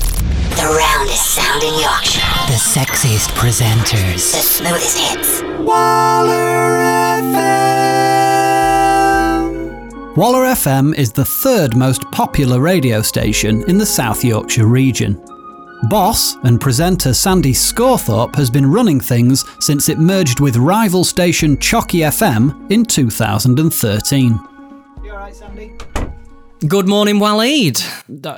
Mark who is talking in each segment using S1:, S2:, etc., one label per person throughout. S1: the roundest sound in Yorkshire.
S2: The sexiest
S1: The
S2: presenters.
S1: smoothest hits.
S3: Waller FM is the third most popular radio station in the South Yorkshire region. Boss and presenter Sandy Scorthorpe has been running things since it merged with rival station Chockey FM in 2013. You alright, Sandy?
S4: Good morning, Waleed.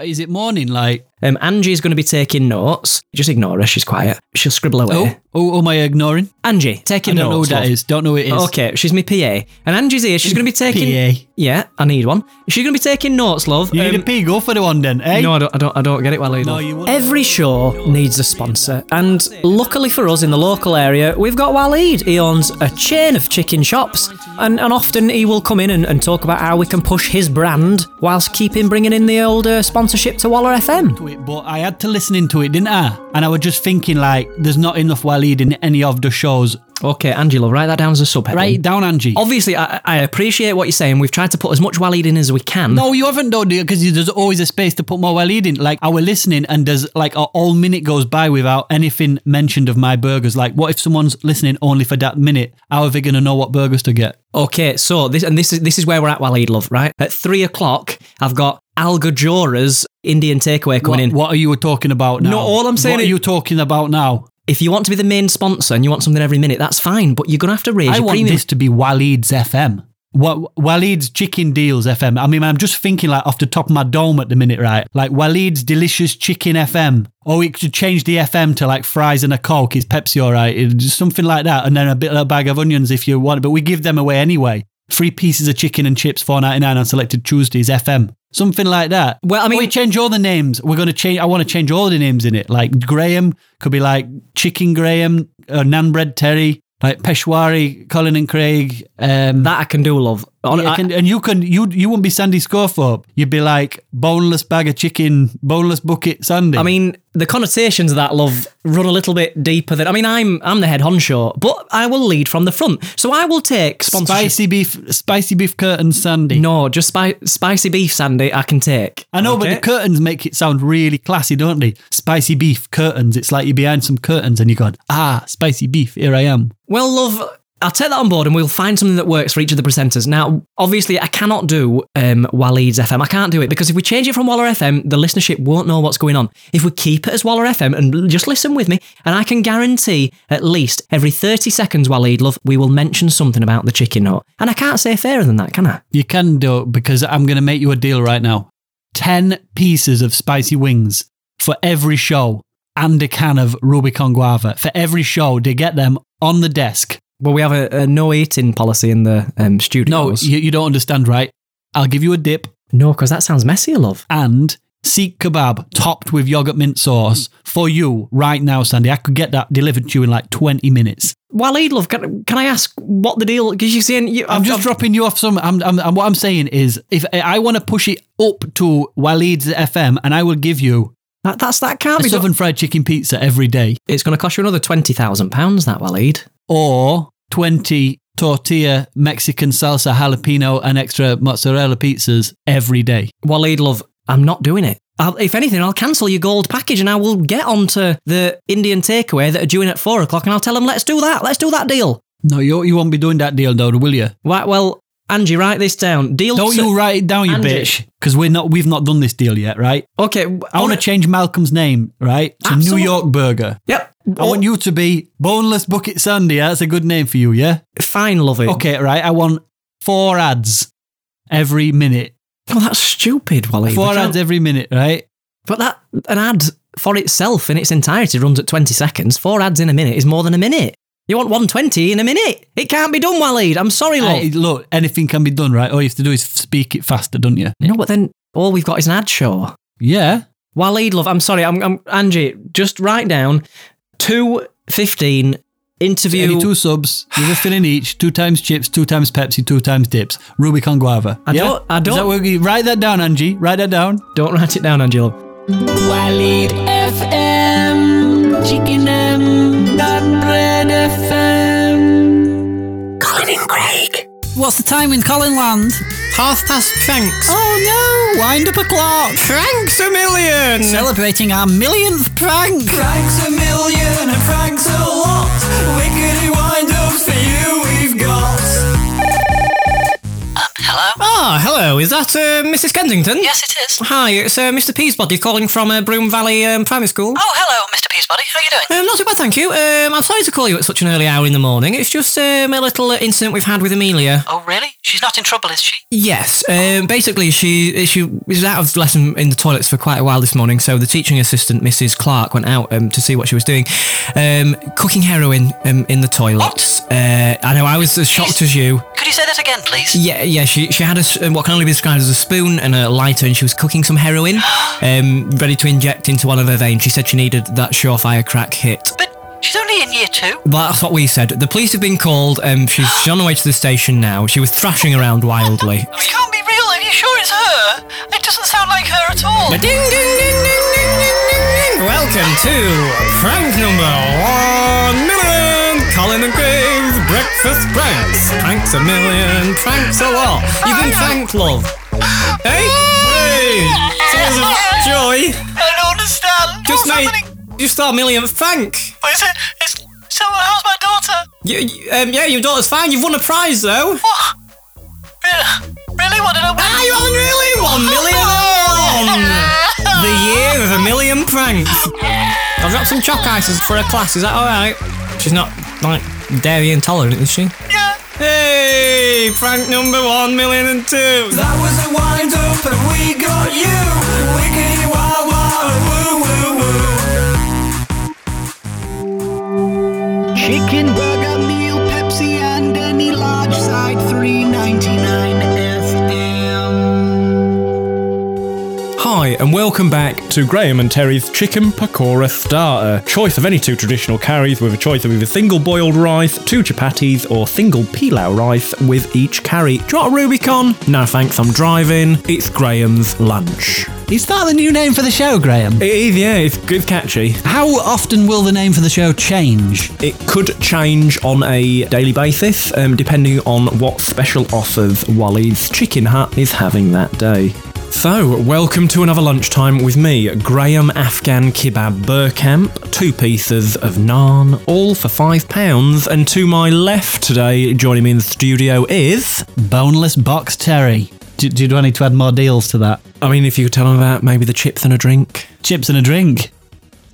S3: Is it morning, like?
S4: Um, Angie's going to be taking notes. Just ignore her. She's quiet. She'll scribble away.
S3: Oh, oh, am I ignoring?
S4: Angie, taking
S3: I don't know who
S4: notes.
S3: that
S4: love.
S3: is. Don't know who it is.
S4: Okay, she's my PA, and Angie's here. She's going to be taking.
S3: PA.
S4: Yeah, I need one. She's going to be taking notes, love.
S3: You need
S4: Um,
S3: a pig go for the one then, eh?
S4: No, I don't. I don't. I don't get it, Waleed.
S3: No, you wouldn't.
S5: Every show needs a sponsor, and luckily for us in the local area, we've got Waleed. He owns a chain of chicken shops, and, and often he will come in and, and talk about how we can push his brand whilst keeping bringing in the old uh, sponsorship to Waller FM.
S3: to it, but I had to listen into it, didn't I? And I was just thinking, like, there's not enough Waleed in any of the shows.
S4: Okay, Angela, write that down as a subheading.
S3: Write it down, Angie.
S4: Obviously, I, I appreciate what you're saying. We've tried to put as much Waleed in as we can.
S3: no, you haven't done it because there's always a space to put more Waleed in. Like, I were listening, and there's like a whole minute goes by without anything mentioned of my burgers. Like, what if someone's listening only for that minute? How are they going to know what burgers to get?
S4: Okay, so this and this is this is where we're at, Waleed, love. Right at three o'clock, I've got Al Gajora's Indian takeaway coming
S3: What,
S4: in.
S3: what are you talking about now?
S4: No, all I'm saying
S3: What
S4: is-
S3: are you talking about now?
S4: If you want to be the main sponsor and you want something every minute, that's fine. But you're gonna have to raise
S3: I
S4: your
S3: want
S4: premium.
S3: this to be Waleed's FM. What Waleed's Chicken Deals FM. I mean, I'm just thinking like off the top of my dome at the minute, right? Like Waleed's Delicious Chicken FM. Or we could change the FM to like fries and a coke. Is Pepsi all right? It's just something like that, and then a bit of a bag of onions if you want. But we give them away anyway. Three pieces of chicken and chips, four ninety nine on selected Tuesdays FM. Something like that.
S4: Well, I mean-
S3: we change all the names. We're gonna change. I want to change all the names in it. Like Graham could be like Chicken Graham or Nan Bread Terry, like Peshwari, Colin and Craig. Um,
S4: that I can do, love. On-
S3: yeah,
S4: I-
S3: can- and you can you you wouldn't be Sandy Scorthorpe. You'd be like boneless bag of chicken, boneless bucket Sandy.
S4: I mean, the connotations of that love run a little bit deeper than. I mean, I'm I'm the head honcho, but I will lead from the front. So I will take sponsorship.
S3: spicy beef, spicy beef curtain Sandy.
S4: No, just spi- spicy beef, Sandy. I can take.
S3: I know, but
S4: Okay?
S3: the curtains make it sound really classy, don't they? Spicy beef curtains. It's like you're behind some curtains and you're going, ah, spicy beef, here I am.
S4: Well, love, I'll take that on board and we'll find something that works for each of the presenters. Now, obviously, I cannot do um, Waleed's FM. I can't do it because if we change it from Waller FM, the listenership won't know what's going on. If we keep it as Waller FM and l- just listen with me, and I can guarantee at least every 30 seconds, Waleed, love, we will mention something about the chicken nut. And I can't say fairer than that, can I?
S3: You can do it because I'm going to make you a deal right now. 10 pieces of spicy wings for every show and a can of Rubicon guava for every show. They get them on the desk.
S4: Well, we have a, a no eating policy in the um,
S3: No,
S4: studios.
S3: you, you don't understand, right? I'll give you a dip
S4: No, because that sounds messy, love.
S3: and Sikh kebab topped with yogurt mint sauce for you right now, Sandy. I could get that delivered to you in like 20 minutes.
S4: Waleed, love, can, can I ask what the deal? Because you're saying you,
S3: I'm
S4: I've-
S3: just
S4: I've-
S3: dropping you off some. I'm, I'm, I'm, what I'm saying is, if I want to push it up to Waleed's FM, and I will give you
S4: that, that's that can't
S3: a
S4: be done.
S3: southern fried chicken pizza every day,
S4: It's going to cost you another twenty thousand pounds. That Waleed.
S3: or 20 tortilla Mexican salsa jalapeno and extra mozzarella pizzas every day.
S4: Waleed, love, I'm not doing it. I'll, if anything, I'll cancel your gold package and I will get onto the Indian takeaway that are due in at four o'clock and I'll tell them, let's do that. Let's do that deal.
S3: No, you, you won't be doing that deal, though, will you?
S4: Right. Well, Angie, write this down. Deal.
S3: Don't
S4: to-
S3: you write it down, you
S4: Andy.
S3: bitch, because we're not. We've not done this deal yet, right?
S4: Okay.
S3: I want to change Malcolm's name, right? To
S4: Absolute-
S3: New York Burger.
S4: Yep.
S3: I want you to be Boneless Bucket Sandy. That's a good name for you, yeah?
S4: Fine, love it.
S3: Okay, right. I want four ads every minute.
S4: Well, oh, that's stupid, Waleed.
S3: Four
S4: We can't-
S3: ads every minute, right?
S4: But that an ad for itself in its entirety runs at 20 seconds. Four ads in a minute is more than a minute. You want 120 in a minute? It can't be done, Waleed. I'm sorry, love.
S3: Hey, look, anything can be done, right? All you have to do is speak it faster, don't you?
S4: No, but then all we've got is an ad show.
S3: Yeah.
S4: Waleed, love, I'm sorry, I'm, I'm Angie. Just write down two fifteen interview.
S3: Any two subs, you're filling each, two times chips, two times Pepsi, two times dips. Rubicon guava.
S4: I don't- I
S3: Is that
S4: don't-
S3: what we- write that down, Angie. Write that down.
S4: Don't write it down, Angie. love.
S6: Waleed FM, Chicken M, Nut Bread FM.
S1: Colin and Craig.
S7: What's the time in Colin Land?
S4: Half past Franks.
S8: Oh no! Wind up a clock!
S4: Franks a million!
S8: Celebrating our millionth prank!
S7: Frank's a million and Frank's a lot. Wickedy wind ups for you we've got.
S4: Ah, hello. Is that uh, Mrs. Kensington?
S6: Yes, it is.
S4: Hi, it's uh, Mr. Peasbody calling from uh, Broom Valley um, Primary School.
S6: Oh, hello, Mr. Peasbody. How are you doing?
S4: Um, not too bad, thank you. Um, I'm sorry to call you at such an early hour in the morning. It's just um, a little uh, incident we've had with Amelia.
S6: Oh, really? She's not in trouble, is she?
S4: Yes. Um, basically, she she was out of lesson in the toilets for quite a while this morning. So the teaching assistant, Mrs. Clark, went out um, to see what she was doing, um, cooking heroin um, in the toilets. Uh, I know. I was as shocked as you.
S6: Could you say that again, please?
S4: Yeah, yeah. She she had a, s- um, what can only be described as a spoon and a lighter, and she was cooking some heroin, um, ready to inject into one of her veins. She said she needed that surefire crack hit.
S6: But she's only in year two.
S4: Well, that's what we said. The police have been called. Um, she's she's on her way to the station now. She was thrashing around wildly.
S6: It can't be real. Are you sure it's her? It doesn't sound like her at all.
S4: Ding, ding, ding, ding, ding, ding, ding, ding. Welcome to Frank number one million. Colin and Graves breakfast pranks. Pranks a million. Pranks a lot. You've been pranked, love. Hey, hey. Tears of joy.
S6: I don't understand.
S4: Just
S6: What's
S4: made
S6: happening?
S4: just our millionth prank.
S6: What is it? It's someone. How's my daughter?
S4: You, you- um, yeah, your daughter's fine. You've won a prize though.
S6: What? Really? Really? What did I win?
S4: Ah, you haven't really won million. the year of a million pranks. I've got some chalk ices for her class. Is that all right? She's not like dairy intolerant, is she?
S6: Yeah.
S4: Hey, prank number one million and two.
S7: That was a wind up and we got you. Wickedy wow wow and woo woo woo.
S9: Chicken burger meal, Pepsi, and any large side, three ninety nine FM.
S10: Hi, and welcome back to Graham and Terry's Chicken Pakora Starter. Choice of any two traditional curries with a choice of either single boiled rice, two chapatis, or single pilau rice with each curry. Drop a Rubicon? No thanks, I'm driving. It's Graham's lunch.
S3: Is that the new name for the show, Graham?
S10: It is, yeah, it's good catchy.
S3: How often will the name for the show change?
S10: It could change on a daily basis, um, depending on what special offers Wally's Chicken Hut is having that day. So, welcome to another lunchtime with me, Graham Afghan Kebab Burkamp. Two pieces of naan, all for £5. And to my left today, joining me in the studio is.
S3: Boneless box Terry. Do, do, do I need to add more deals to that?
S10: I mean, if you could tell them about maybe the chips and a drink.
S3: Chips and a drink.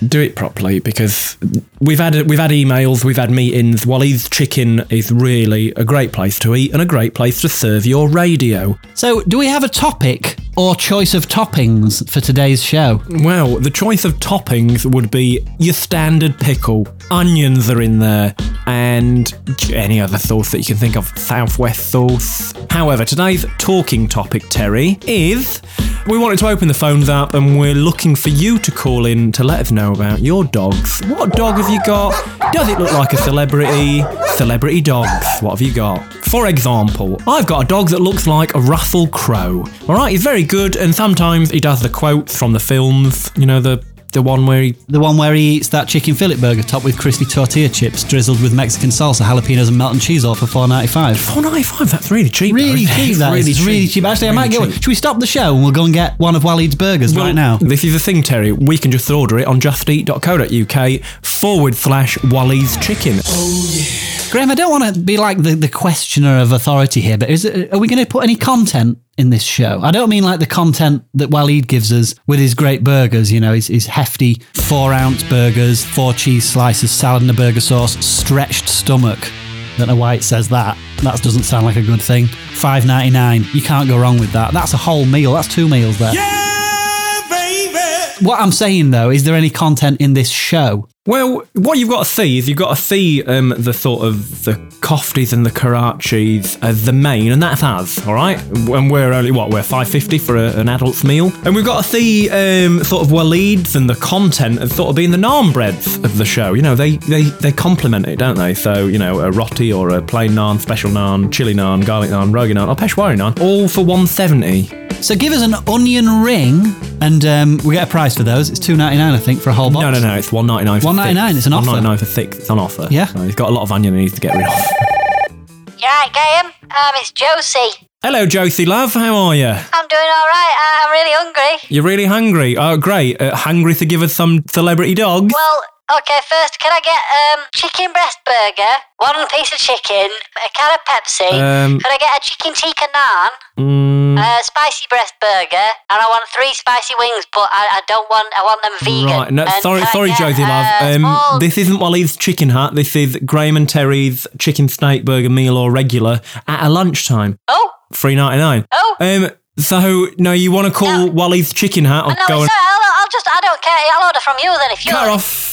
S10: do it properly because we've had we've had emails, we've had meetings. Wally's Chicken is really a great place to eat and a great place to serve your radio.
S3: So, do we have a topic or choice of toppings for today's show?
S10: Well, the choice of toppings would be your standard pickle, onions are in there, and any other sauce that you can think of, Southwest sauce. However, today's talking topic, Terry, is we wanted to open the phones up and we're looking for you to call in to let us know about your dogs. What dog have you got? Does it look like a celebrity? Celebrity dogs. What have you got? For example, I've got a dog that looks like a Russell Crowe. All right, he's very good, and sometimes he does the quotes from the films. You know the the one where he.
S3: The one where he eats that chicken fillet burger topped with crispy tortilla chips, drizzled with Mexican salsa, jalapenos, and melted cheese, all for four ninety five.
S10: Oh, 95, That's really cheap. though,
S3: Really
S10: isn't it?
S3: cheap,
S10: It's
S3: that is. It's really cheap. Actually, I
S10: Really
S3: might get one.
S10: cheap.
S3: Should we stop the show and we'll go and get one of Walid's burgers right now?
S10: This is the thing, Terry. We can just order it on justeat.co.uk forward slash Wally's Chicken.
S3: Graham, I don't want to be like the, the questioner of authority here, but is it, are we going to put any content in this show? I don't mean like the content that Waleed gives us with his great burgers, you know, his, his hefty four ounce burgers, four cheese slices, salad and a burger sauce, stretched stomach. Don't know why it says that. That doesn't sound like a good thing. Five ninety nine. You can't go wrong with that. That's a whole meal. That's two meals there.
S7: Yeah, baby.
S3: What I'm saying though, is there any content in this show?
S10: Well, what you've got to see is you've got to see um, the sort of the Koftis and the Karachis as the main, and that's us, all right? And we're only, what, we're 550 for a, an adult's meal? And we've got to see um, sort of Waleeds and the content as sort of being the naan breads of the show. You know, they, they, they complement it, don't they? So, you know, a roti or a plain naan, special naan, chili naan, garlic naan, rogan naan, or peshwari naan, all for 170.
S3: So give us an onion ring, and um, we get a price for those. It's two ninety nine, I think, for a whole box.
S10: No, no, no, it's 199 for six.
S3: £1.99, Oh, it's an offer.
S10: 199 Oh, for six, it's on offer.
S3: Yeah.
S10: So he's got a lot of onion he needs to get rid of.
S1: Yeah, Graham. Um, it's Josie.
S10: Hello, Jothi love. How are you?
S1: I'm doing all right. I- I'm really hungry.
S10: You're really hungry. Oh, great. Uh, hungry to give us some celebrity dogs?
S1: Well, okay. First, can I get um chicken breast burger, one piece of chicken, a can of Pepsi?
S10: Um, mm.
S1: can I get a chicken tikka naan, a spicy breast burger, and I want three spicy wings? But I, I don't want. I want them vegan.
S10: Right, no,
S1: And
S10: sorry,
S1: can I
S10: sorry,
S1: get,
S10: Josie, love.
S1: uh,
S10: Um,
S1: small-
S10: this isn't Wally's chicken hut. This is Graham and Terry's chicken snake burger meal or regular at a lunchtime.
S1: Oh.
S10: Three ninety nine.
S1: Oh.
S10: Um. So no, you want to call Wally's chicken hut?
S1: no,
S10: I'll go
S1: it's
S10: and
S1: all right, I'll, I'll just. I don't care. I'll order from you then if you.
S10: cut her off.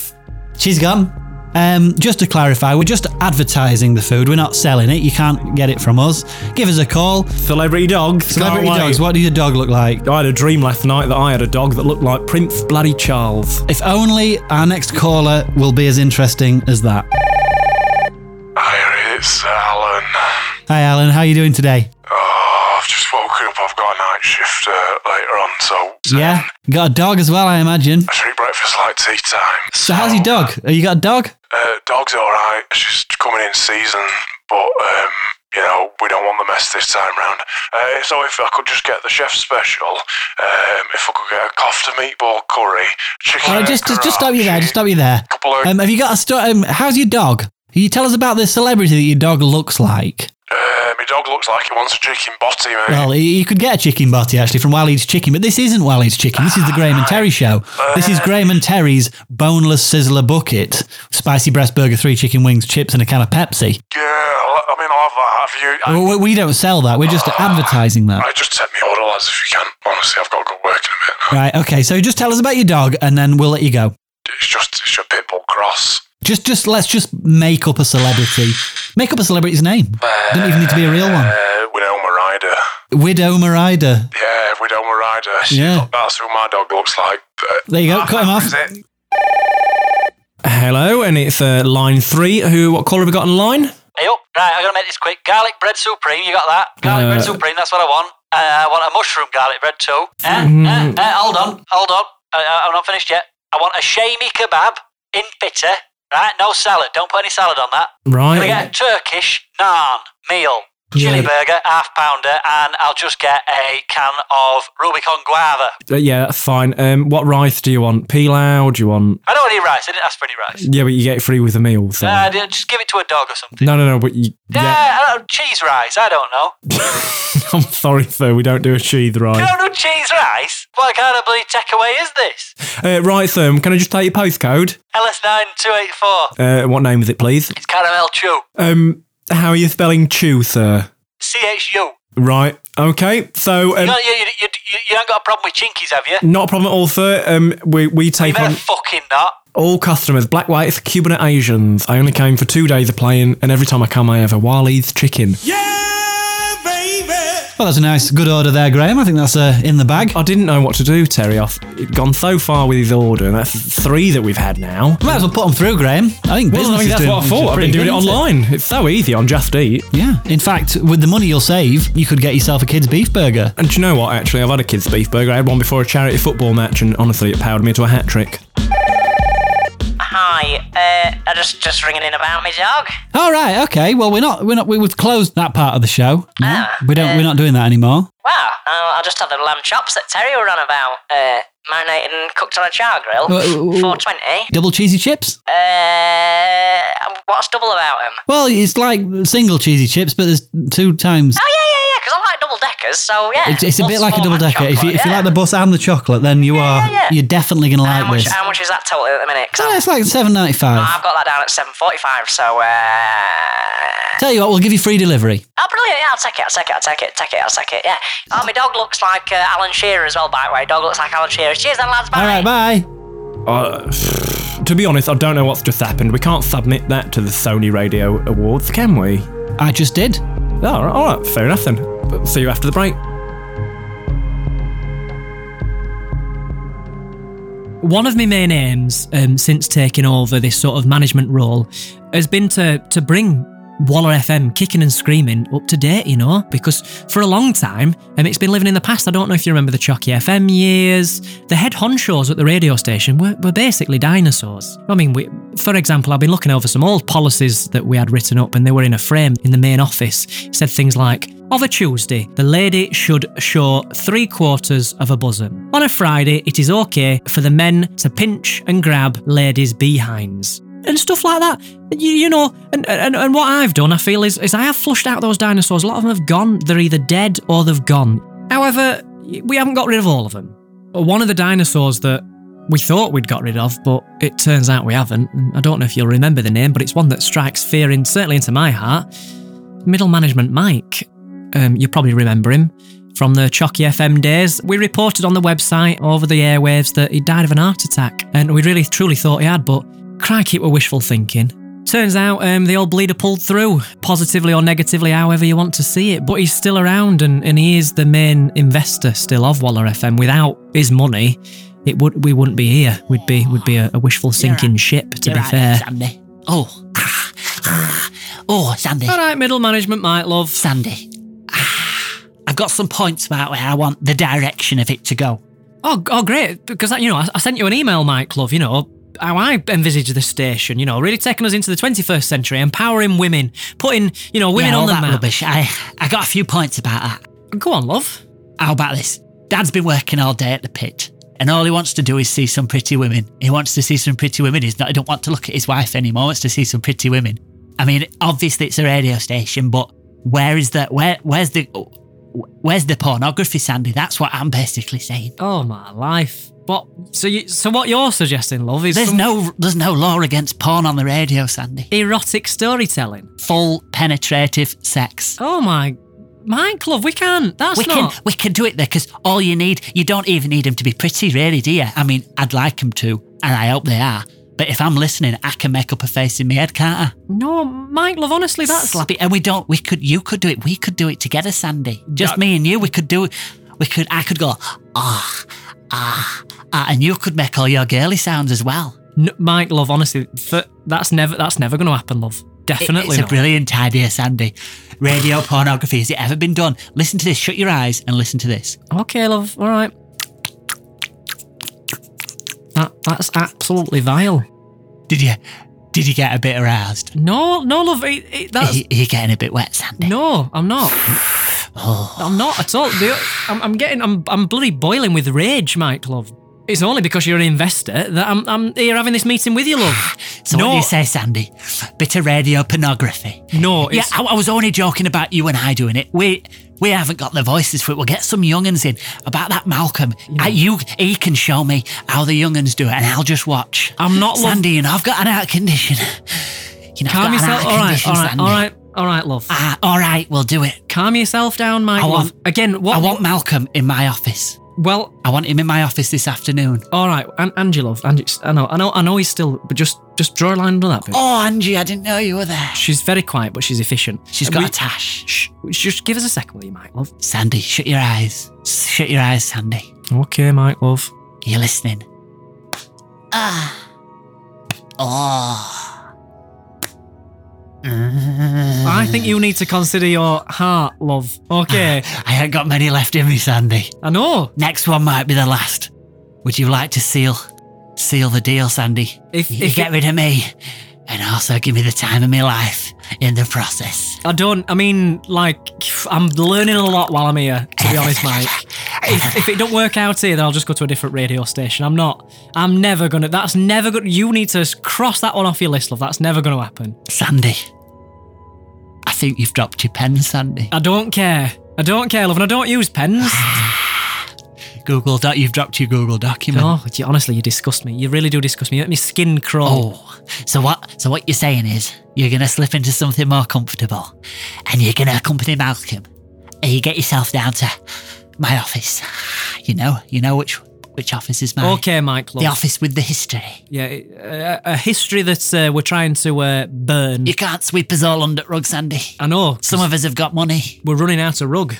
S3: She's gone. Um, just to clarify, we're just advertising the food. We're not selling it. You can't get it from us. Give us a call.
S10: Celebrity dogs.
S3: Celebrity
S10: Can't wait.
S3: dogs. What does your dog look like?
S10: I had a dream last night that I had a dog that looked like Prince Bloody Charles.
S3: If only our next caller will be as interesting as that.
S11: Hi, it's Alan.
S3: Hi, Alan. How are you doing today?
S11: Oh, I've just woken up. I've got a night shift uh, later on, so
S3: Yeah. Got a dog as well, I imagine.
S11: I treat breakfast like tea time.
S3: So, how's your dog? Have you got a dog?
S11: Uh, dog's alright. She's coming in season, but um, you know we don't want the mess this time round. Uh, so if I could just get the chef's special, um, if I could get a kofta meatball curry, chicken.
S3: All right,
S11: and
S3: just, just, just
S11: karaage.
S3: stop you there. Just stop you there.
S11: Couple of-
S3: Um, have you got a story? Um, how's your dog? Can you tell us about the celebrity that your dog looks like?
S11: Uh, my dog looks like he wants a chicken botty, mate.
S3: Well, y- you could get a chicken body actually from Wally's Chicken, but this isn't Wally's Chicken. This is the Graham and Terry show. This is Graham and Terry's boneless sizzler bucket, spicy breast burger, three chicken wings, chips, and a can of Pepsi.
S11: yeah, I I mean I love that. Have you?
S3: We- we- We don't sell that. We're just advertising that.
S11: I just take me order, lads, if you can. Honestly, I've got good work in a minute.
S3: Right. Okay. So just tell us about your dog, and then we'll let you go.
S11: It's just it's a pit bull cross.
S3: Just, just let's just make up a celebrity. Make up a celebrity's name. Doesn't even need to be a real one.
S11: Uh, Widow Rider.
S3: Widow Marida.
S11: Yeah, Widow Rider.
S3: Yeah.
S11: Yeah. That's who my dog looks like. Ah,
S3: There you go. Cut him off.
S10: Hello, and it's uh, line three. Who? What caller have we got on line?
S12: Hey up, right, I'm gonna make this quick. Garlic bread supreme, you got that? Garlic bread
S10: Uh,
S12: supreme, that's what I want. Uh, I want a mushroom garlic bread too. Eh, eh,
S10: Mm.
S12: eh, hold on, hold on. Uh, uh, I'm not finished yet. I want a shamey kebab in bitter, right? No salad, don't put any salad on that.
S10: Right.
S12: Can I get a Turkish naan meal? Chili
S10: Yeah.
S12: burger, half pounder, and I'll just get a can of Rubicon guava.
S10: Uh, yeah, that's fine. Um, what rice do you want? Pilau? Do you want?
S12: I don't want any rice, I didn't ask for any rice.
S10: Yeah, but you get it free with the meal. So.
S12: Uh, just give it to a dog or something.
S10: no, no, no. But you,
S12: Yeah,
S10: yeah.
S12: I don't, cheese rice, I don't know.
S10: I'm sorry, sir. We don't do a cheese
S12: You
S10: rice.
S12: don't do cheese rice? What kind of bloody takeaway is this?
S10: Uh, right, sir. um, Can I just take your postcode?
S12: LS9284.
S10: Uh, what name is it, please?
S12: It's Caramel Chew.
S10: Um, how are you spelling chew, sir?
S12: CHU.
S10: Right. Okay. So,
S12: You,
S10: um,
S12: don't- you, you, you, you, you ain't got a problem with chinkies, have you?
S10: not a problem at all, sir. Um, we we
S12: You
S10: take
S12: better
S10: on.
S12: fucking not.
S10: All customers, black, whites, Cuban, and Asians. I only came for two days of playing, and every time I come, I have a Wally's chicken.
S3: Well, that's a nice, good order there, Graham. I think that's uh, in the bag.
S10: I didn't know what to do, Terry. I've gone so far with his order, and that's three that we've had now.
S3: Might as well put them through, Graham. I think business
S10: Well, I mean,
S3: is
S10: that's
S3: doing-
S10: what I thought. I've
S3: pretty
S10: been doing
S3: good,
S10: it
S3: isn't
S10: online. It's so easy on Just Eat.
S3: Yeah. In fact, with the money you'll save, you could get yourself a kid's beef burger.
S10: And do you know what, actually? I've had a kids' beef burger. I had one before a charity football match, and honestly, it powered me to a hat trick.
S4: Hi, uh, I just just ringing in about my dog.
S3: All right. Okay. Well, we're not. We're not. we- We've closed that part of the show. No,
S4: Ah,
S3: we don't. we're not doing that anymore.
S4: Wow, I'll, I'll just have the lamb chops that Terry were on about. Uh, marinated and cooked on a char grill.
S3: Uh, uh, uh,
S4: Four twenty.
S3: Double cheesy chips.
S4: Uh, what's double about him?
S3: Well, it's like single cheesy chips, but there's two times.
S4: Oh yeah, yeah, yeah. Because I like double deckers, so yeah.
S3: It's, it's a
S4: What's
S3: bit like a
S4: all
S3: double
S4: that
S3: decker. If you,
S4: chocolate?
S3: if you
S4: Yeah.
S3: like the bus and the chocolate, then you are
S4: yeah, yeah.
S3: you're definitely gonna like
S4: how much,
S3: this.
S4: How much Ah, is that total at the minute? 'Cause
S3: Yeah, it's like seven ninety
S4: I've,
S3: five.
S4: I've got that down at seven forty-five. So uh,
S3: Tell you what, we'll give you free delivery.
S4: Oh, brilliant! Yeah, I'll take it. I'll take it. I'll take it. Take it. I'll take it. Yeah. Oh, my dog looks like uh, Alan Shearer as well. By the way, dog looks like Alan Shearer. Cheers, then, lads. Bye.
S3: All right. Bye.
S10: Uh, to be honest, I don't know what's just happened. We can't submit that to the Sony Radio Awards, can we?
S3: I just did.
S10: Oh, all right, all right, fair enough then. But See you after the break.
S13: one of my main aims um, since taking over this sort of management role has been to to bring
S4: Waller FM kicking and screaming up to date, you know, because for a long time, um, it's been living in the past. I don't know if you remember the Chalky FM years. The head honchos at the radio station were, were basically dinosaurs. I mean, we, for example, I've been looking over some old policies that we had written up and they were in a frame in the main office. It said things like, of a Tuesday, the lady should show three quarters of a bosom. On a Friday, it is okay for the men to pinch and grab ladies' behinds and stuff like that. You, you know, and, and and what I've done, I feel, is, is I have flushed out those dinosaurs. A lot of them have gone. They're either dead or they've gone. However, we haven't got rid of all of them. One of the dinosaurs that we thought we'd got rid of, but it turns out we haven't. And I don't know if you'll remember the name, but it's one that strikes fear in certainly into my heart. Middle management Mike. Um, you probably remember him from the Chalky FM days. We reported on the website over the airwaves that he died of an heart attack, and we really truly thought he had, but crikey, it were wishful thinking. Turns out um, the old bleeder pulled through, positively or negatively, however you want to see it, but he's still around and, and he is the main investor still of Waller FM. Without his money, it would we wouldn't be here. We'd be we'd be a, a wishful sinking ship, to
S6: You're
S4: be
S6: right,
S4: fair.
S6: Sandy.
S4: Oh.
S6: Oh, Sandy.
S4: All right, middle management might love.
S6: Sandy. Ah, I've got some points about where I want the direction of it to go.
S4: Oh, g- oh, great! Because you know, I, I sent you an email, Mike Love. You know how I envisage the station. You know, really taking us into the 21st century, empowering women, putting you know women
S6: yeah,
S4: on
S6: all
S4: the
S6: that
S4: map.
S6: rubbish. I, I got a few points about that.
S4: Go on, love.
S6: How about this? Dad's been working all day at the pit, and all he wants to do is see some pretty women. He wants to see some pretty women. He's not. He don't want to look at his wife anymore. He wants to see some pretty women. I mean, obviously it's a radio station, but where is the where where's the where's the pornography, Sandy? That's what I'm basically saying.
S4: Oh my life! What? So you? So what you're suggesting, love, is
S6: There's
S4: some
S6: no there's no law against porn on the radio, Sandy.
S4: erotic storytelling?
S6: Full penetrative sex.
S4: Oh my, Mike Love, we can't. That's
S6: we
S4: not.
S6: can we can do it there because all you need you don't even need them to be pretty really do you i mean i'd like them to and i hope they are but if i'm listening i can make up a face in my head can't i
S4: No, Mike Love. Honestly, that's
S6: slap it and we don't we could you could do it we could do it together sandy just
S4: Yeah.
S6: me and you we could do it we could i could go ah ah ah and you could make all your girly sounds as well
S4: N- Mike Love. Honestly, th- that's never. That's never going to happen, love. Definitely
S6: it's
S4: not.
S6: a brilliant idea sandy radio pornography has it ever been done listen to this shut your eyes and listen to this
S4: Okay, love. All right. That that's absolutely vile.
S6: did you did you get a bit aroused
S4: No, no, love. It, it,
S6: are
S4: that's
S6: you, are you getting a bit wet Oh, sandy
S4: no. I'm not. I'm not at all. The, I'm, I'm getting. I'm I'm bloody boiling with rage, Mike. Love. It's only because you're an investor that I'm I'm here having this meeting with you, love.
S6: So
S4: no,
S6: what do you say, Sandy? Bit of radio pornography.
S4: no. Oh,
S6: Yeah,
S4: It's,
S6: I, I was only joking about you and I doing it. We we haven't got the voices for it. We'll get some younguns in about that Malcolm. I, you he can show me how the younguns do it, and I'll just watch.
S4: I'm not love-
S6: Sandy, and I've got an out condition. You know,
S4: calm
S6: I've got
S4: yourself.
S6: An
S4: All
S6: out
S4: right, all
S6: condition,
S4: right,
S6: Sandy.
S4: all right, all right, love.
S6: Ah, all right, we'll do it.
S4: Calm yourself down, Mike.
S6: I
S4: love.
S6: want-
S4: Again, what?
S6: I want Malcolm in my office.
S4: well,
S6: I want him in my office this afternoon.
S4: all right, An- Angie, love. Angie, I know, I know, I know. He's still, but just just draw a line under that. bit.
S6: Oh, Angie, I didn't know you were there.
S4: She's very quiet, but she's efficient.
S6: She's
S4: And
S6: got
S4: we-
S6: a tash.
S4: Shh, just give us a second, will you, Mike Love?
S6: Sandy, shut your eyes. Shut your eyes, Sandy.
S4: Okay, Mike Love.
S6: You're listening. Ah. Oh.
S4: I think you need to consider your heart, love. Okay.
S6: Ah, I ain't got many left in me, Sandy.
S4: I know.
S6: Next one might be the last. Would you like to seal seal the deal, Sandy?
S4: If-
S6: you
S4: if
S6: get
S4: it-
S6: rid of me, and also give me the time of my life in the process.
S4: I don't. I mean, like, I'm learning a lot while I'm here, to be honest, Mike. If, if it don't work out here, then I'll just go to a different radio station. I'm not. I'm never gonna. That's never gonna. You need to s- cross that one off your list, love. That's never gonna happen.
S6: Sandy, I think you've dropped your pen, Sandy.
S4: I don't care. I don't care, love, and I don't use pens.
S6: Google doc, you've dropped your Google document.
S4: No, you- honestly, you disgust me. You really do disgust me. You make me skin crawl.
S6: Oh, so what? So what you're saying is you're gonna slip into something more comfortable, and you're gonna accompany Malcolm, and you get yourself down to my office. You know, you know which which office is mine.
S4: okay, Mike, love.
S6: The office with the history.
S4: Yeah, a, a history that uh, we're trying to uh, burn.
S6: You can't sweep us all under the rug, Sandy.
S4: I know.
S6: Some of us have got money.
S4: We're running out of rug.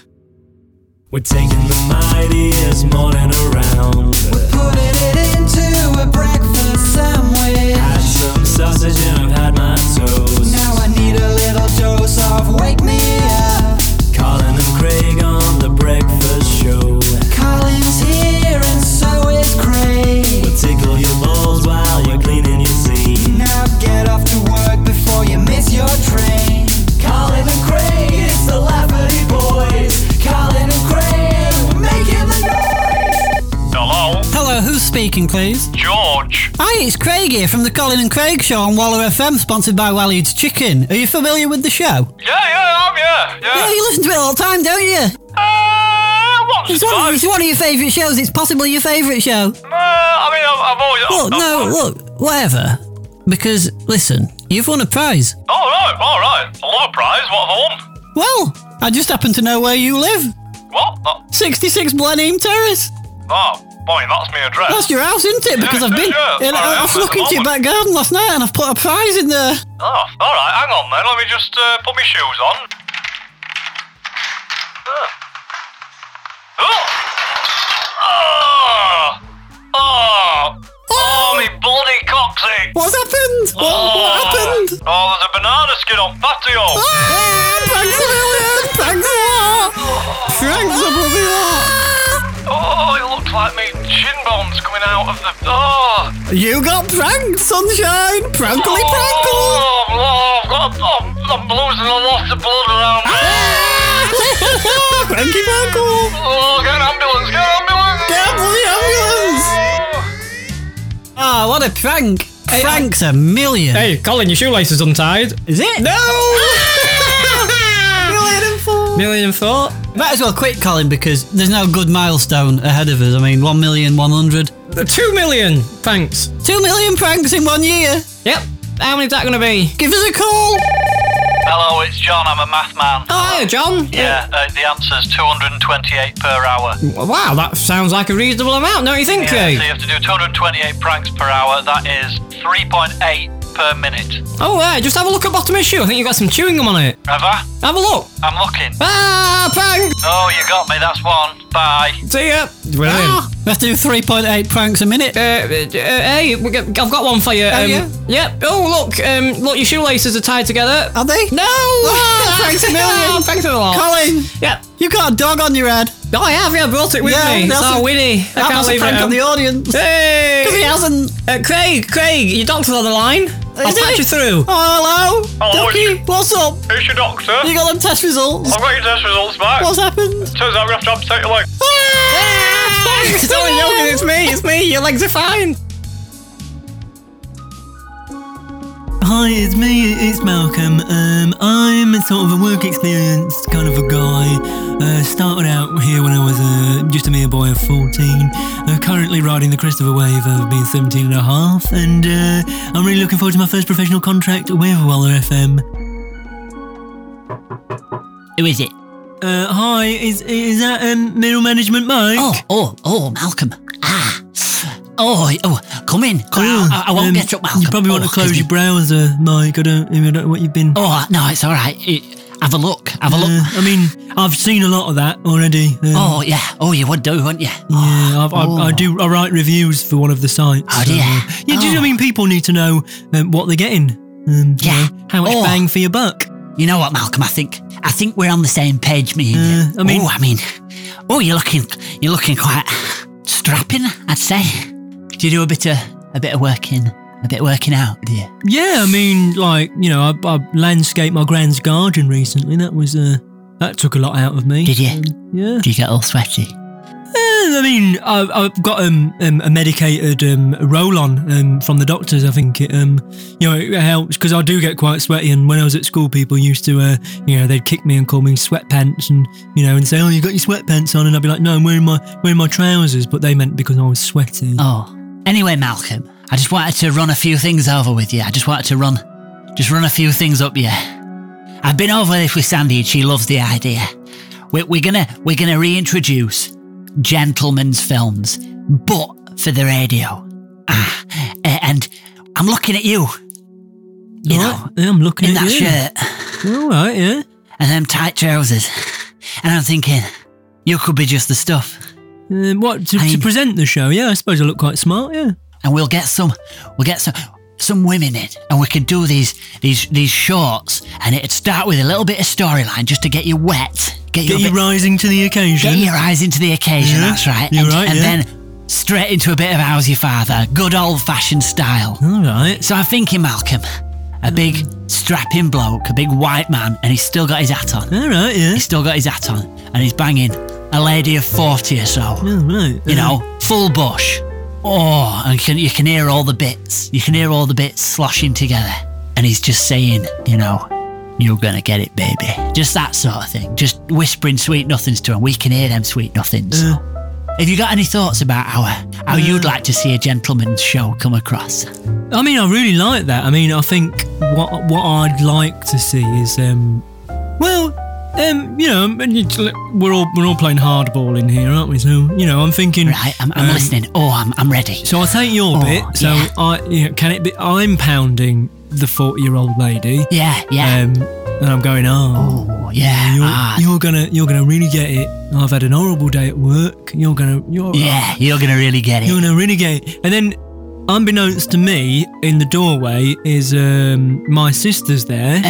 S10: We're taking the mightiest morning around.
S14: Putting it into a breakfast sandwich.
S10: Had some sausage and I've had my toast.
S14: Now I need a little dough
S7: please?
S10: George.
S7: Hi, it's Craig here from the Colin and Craig Show on Waller FM, sponsored by Wally's Chicken. Are you familiar with the show?
S10: Yeah, yeah, I'm yeah, yeah.
S7: Yeah, you listen to it all the time, don't you?
S10: Uh, once
S7: It's
S10: or
S7: one,
S10: twice.
S7: it's one of your favourite shows. It's possibly your favourite show.
S10: Uh, I mean, I've, I've
S15: Oh,
S10: always.
S7: Look,
S10: I've-
S7: no,
S10: I've-
S7: look, whatever. Because, listen, you've won a prize.
S10: All right, all right. A lot of prize. What have I won?
S7: Well, I just happen to know where you live.
S10: What? Uh,
S7: 66 Blenheim Terrace.
S10: oh, boy, that's my address.
S7: That's your house, isn't it? Because
S10: Yeah,
S7: I've been.
S10: yeah, yeah.
S7: and
S10: Well,
S7: I, I was
S10: yeah,
S7: looking
S10: that's
S7: at your
S10: the
S7: back garden last night and I've put a prize in there.
S10: Oh, all right. Hang on then. Let me just uh, put my shoes on. Uh. Oh. Oh. Oh. Oh, me bloody coccyx.
S7: What's happened? What, what happened?
S10: Oh, there's a banana skin on patio.
S7: Ah, thanks a million! Thanks a lot! Thanks a bloody lot!
S10: Oh, it looks like me shin bone's coming out of the. Oh.
S7: You got pranked, sunshine! Prankly prankle!
S10: Oh, oh, I've got- I'm, I'm losing a lot of blood around me.
S4: Ah!
S7: Pranky prankle!
S10: Oh, get an ambulance, get an ambulance.
S7: Get a bloody ambulance! Ah, what a prank! Frank's a million!
S4: Hey, Colin, your shoelace is untied.
S7: Is it? No! million and four!
S4: Million and four.
S7: Might as well quit, Colin, because there's no good milestone ahead of us. I mean, 1 million, 100.
S4: Two million pranks.
S7: Two million pranks in one year.
S4: Yep. How many is that going to be?
S7: Give us a call.
S3: Hello, it's John. I'm a math man.
S4: Oh, hiya, John.
S3: Yeah, uh, the answer's 228 per hour.
S4: Wow, that sounds like a reasonable amount, don't you think,
S3: Yeah,
S4: Craig?
S3: so you have to do 228 pranks per hour. That is 3.8 per minute.
S4: Oh, yeah, just have a look at bottom issue. I think you got some chewing gum on it.
S3: Have I?
S6: Oh.
S4: Have a look.
S3: I'm looking.
S4: Ah, prank!
S3: Oh, you got me. That's one. Bye.
S4: See ya.
S7: Ah, let's do 3.8 pranks a minute.
S4: Uh, hey, we got- I've got one for you.
S7: Have
S4: um,
S7: you?
S4: Yep. Oh, look. Um, look, your shoelaces are tied together.
S7: Are they?
S4: No.
S7: Ah, pranks a million.
S4: Ah, Thanks a lot.
S7: Colin,
S4: Yep.
S7: you got a dog on your head.
S4: Oh, I have. Yeah, I brought it with
S7: Yeah,
S4: me.
S7: that's
S4: It's
S7: a-
S4: our Winnie. I
S7: That
S4: can't
S7: was a
S4: leave it
S7: prank
S4: at
S7: on
S4: home.
S7: the audience.
S4: Hey.
S7: 'Cause he hasn't.
S4: Uh, Craig, Craig, your doctor's on the line. I'll
S7: Is
S4: patch
S7: it?
S4: you through.
S7: Oh, hello.
S10: Hello,
S7: Ducky, what's up?
S10: Who's your doctor?
S7: You got them test results?
S10: I've got your test results back.
S7: What's happened?
S10: Turns out we have to amputate your leg.
S7: Ah,
S4: Sorry, Yogan, it's me. It's me. Your legs are fine.
S16: Hi, it's me, it's Malcolm. Um, I'm a sort of a work experienced kind of a guy. Uh, started out here when I was uh, just a mere boy of 14. Uh, currently riding the Christopher wave of being 17 and a half, and uh, I'm really looking forward to my first professional contract with Waller FM.
S6: Who is it?
S16: Uh, hi, is is that um, middle management Mike?
S6: Oh, oh, oh, Malcolm. Ah. Oh, oh, come in. Come in. I, I won't
S16: Um,
S6: get up, Malcolm.
S16: You probably want
S6: Oh,
S16: to close
S6: excuse
S16: your
S6: me.
S16: browser, Mike. I don't, I don't know what you've been.
S6: Oh, no, it's all right. It, have a look. Have a look.
S16: Uh, I mean, I've seen a lot of that already. um,
S6: oh, yeah. Oh, you would do, wouldn't you?
S16: Yeah, I've,
S6: Oh.
S16: I, I do. I write reviews for one of the sites.
S6: Oh, do
S16: so,
S6: you?
S16: uh, Yeah, do you know what I mean? People need to know um, what they're getting. Um, so
S6: Yeah.
S16: How much
S6: Oh.
S16: bang for your buck?
S6: You know what, Malcolm? I think I think we're on the same page, me. And you.
S16: Uh, I mean-
S6: oh, I mean, oh, you're looking, you're looking quite strapping, I'd say. Do you do a bit of a bit of working, a bit of working out, do you?
S16: Yeah, I mean, like you know, I, I landscaped my grand's garden recently. That was uh, that took a lot out of me. Mm.
S6: Did you?
S16: yeah.
S6: Do you get all sweaty?
S16: Eh, I mean, I've, I've got um, um, a medicated um, roll-on um, from the doctors. I think it, um, you know, it helps because I do get quite sweaty. And when I was at school, people used to, uh, you know, they'd kick me and call me sweatpants, and you know, and say, "Oh, you got your sweatpants on," and I'd be like, "No, I'm wearing my wearing my trousers," but they meant because I was sweaty.
S6: Oh. Anyway, Malcolm, I just wanted to run a few things over with you. I just wanted to run, just run a few things up you. I've been over this with Sandy, and she loves the idea. We're, we're gonna we're gonna reintroduce gentlemen's films, but for the radio. Ah, a- and I'm looking at you
S16: you
S6: know,
S16: I'm looking
S6: in
S16: at
S6: that
S16: you.
S6: shirt.
S16: All right, yeah.
S6: and them tight trousers, and I'm thinking you could be just the stuff.
S16: Um, what to,
S6: I
S16: to
S6: mean-
S16: present the show? Yeah, I suppose I look quite smart. Yeah.
S6: and we'll get some we'll get some some women in and we can do these these these shorts and it'd start with a little bit of storyline just to get you wet get,
S16: Get
S6: you a
S16: you
S6: bit-
S16: rising to the occasion.
S6: get your eyes into the occasion
S16: Yeah,
S6: that's right
S16: you're
S6: and,
S16: right,
S6: and
S16: yeah.
S6: then straight into a bit of how's your father good old fashioned style
S16: All right.
S6: so i'm thinking malcolm a big strapping bloke a big white man and he's still got his hat on
S16: All right, yeah.
S6: he's still got his hat on and he's banging a lady of 40 or so
S4: Oh,
S16: All right.
S6: you
S16: uh,
S6: know, full bush, Oh, and can, you can hear all the bits. You can hear all the bits sloshing together. And he's just saying, you know, you're going to get it, baby. Just that sort of thing. Just whispering sweet nothings to him. We can hear them sweet nothings. Have you got any thoughts about how, how you'd like to see a gentleman's show come across?
S16: I mean, I really like that. I mean, I think what what I'd like to see is, um, well, um, you know, and it's li- we're all we're all playing hardball in here, aren't we? So, you know, I'm thinking. Right,
S6: I'm, I'm listening. Oh, I'm, I'm ready.
S16: So I take your
S6: Oh,
S16: bit. So
S6: yeah.
S16: I, you know, can it be? I'm pounding the forty-year-old lady.
S6: Yeah, yeah.
S16: Um, and I'm going, oh,
S6: yeah.
S16: You're,
S6: ah."
S16: you're gonna you're gonna really get it. I've had an horrible day at work. You're gonna you're
S6: Yeah, you're going to really get it.
S16: you're gonna really get it. And then, unbeknownst to me, in the doorway is um, my sister's there.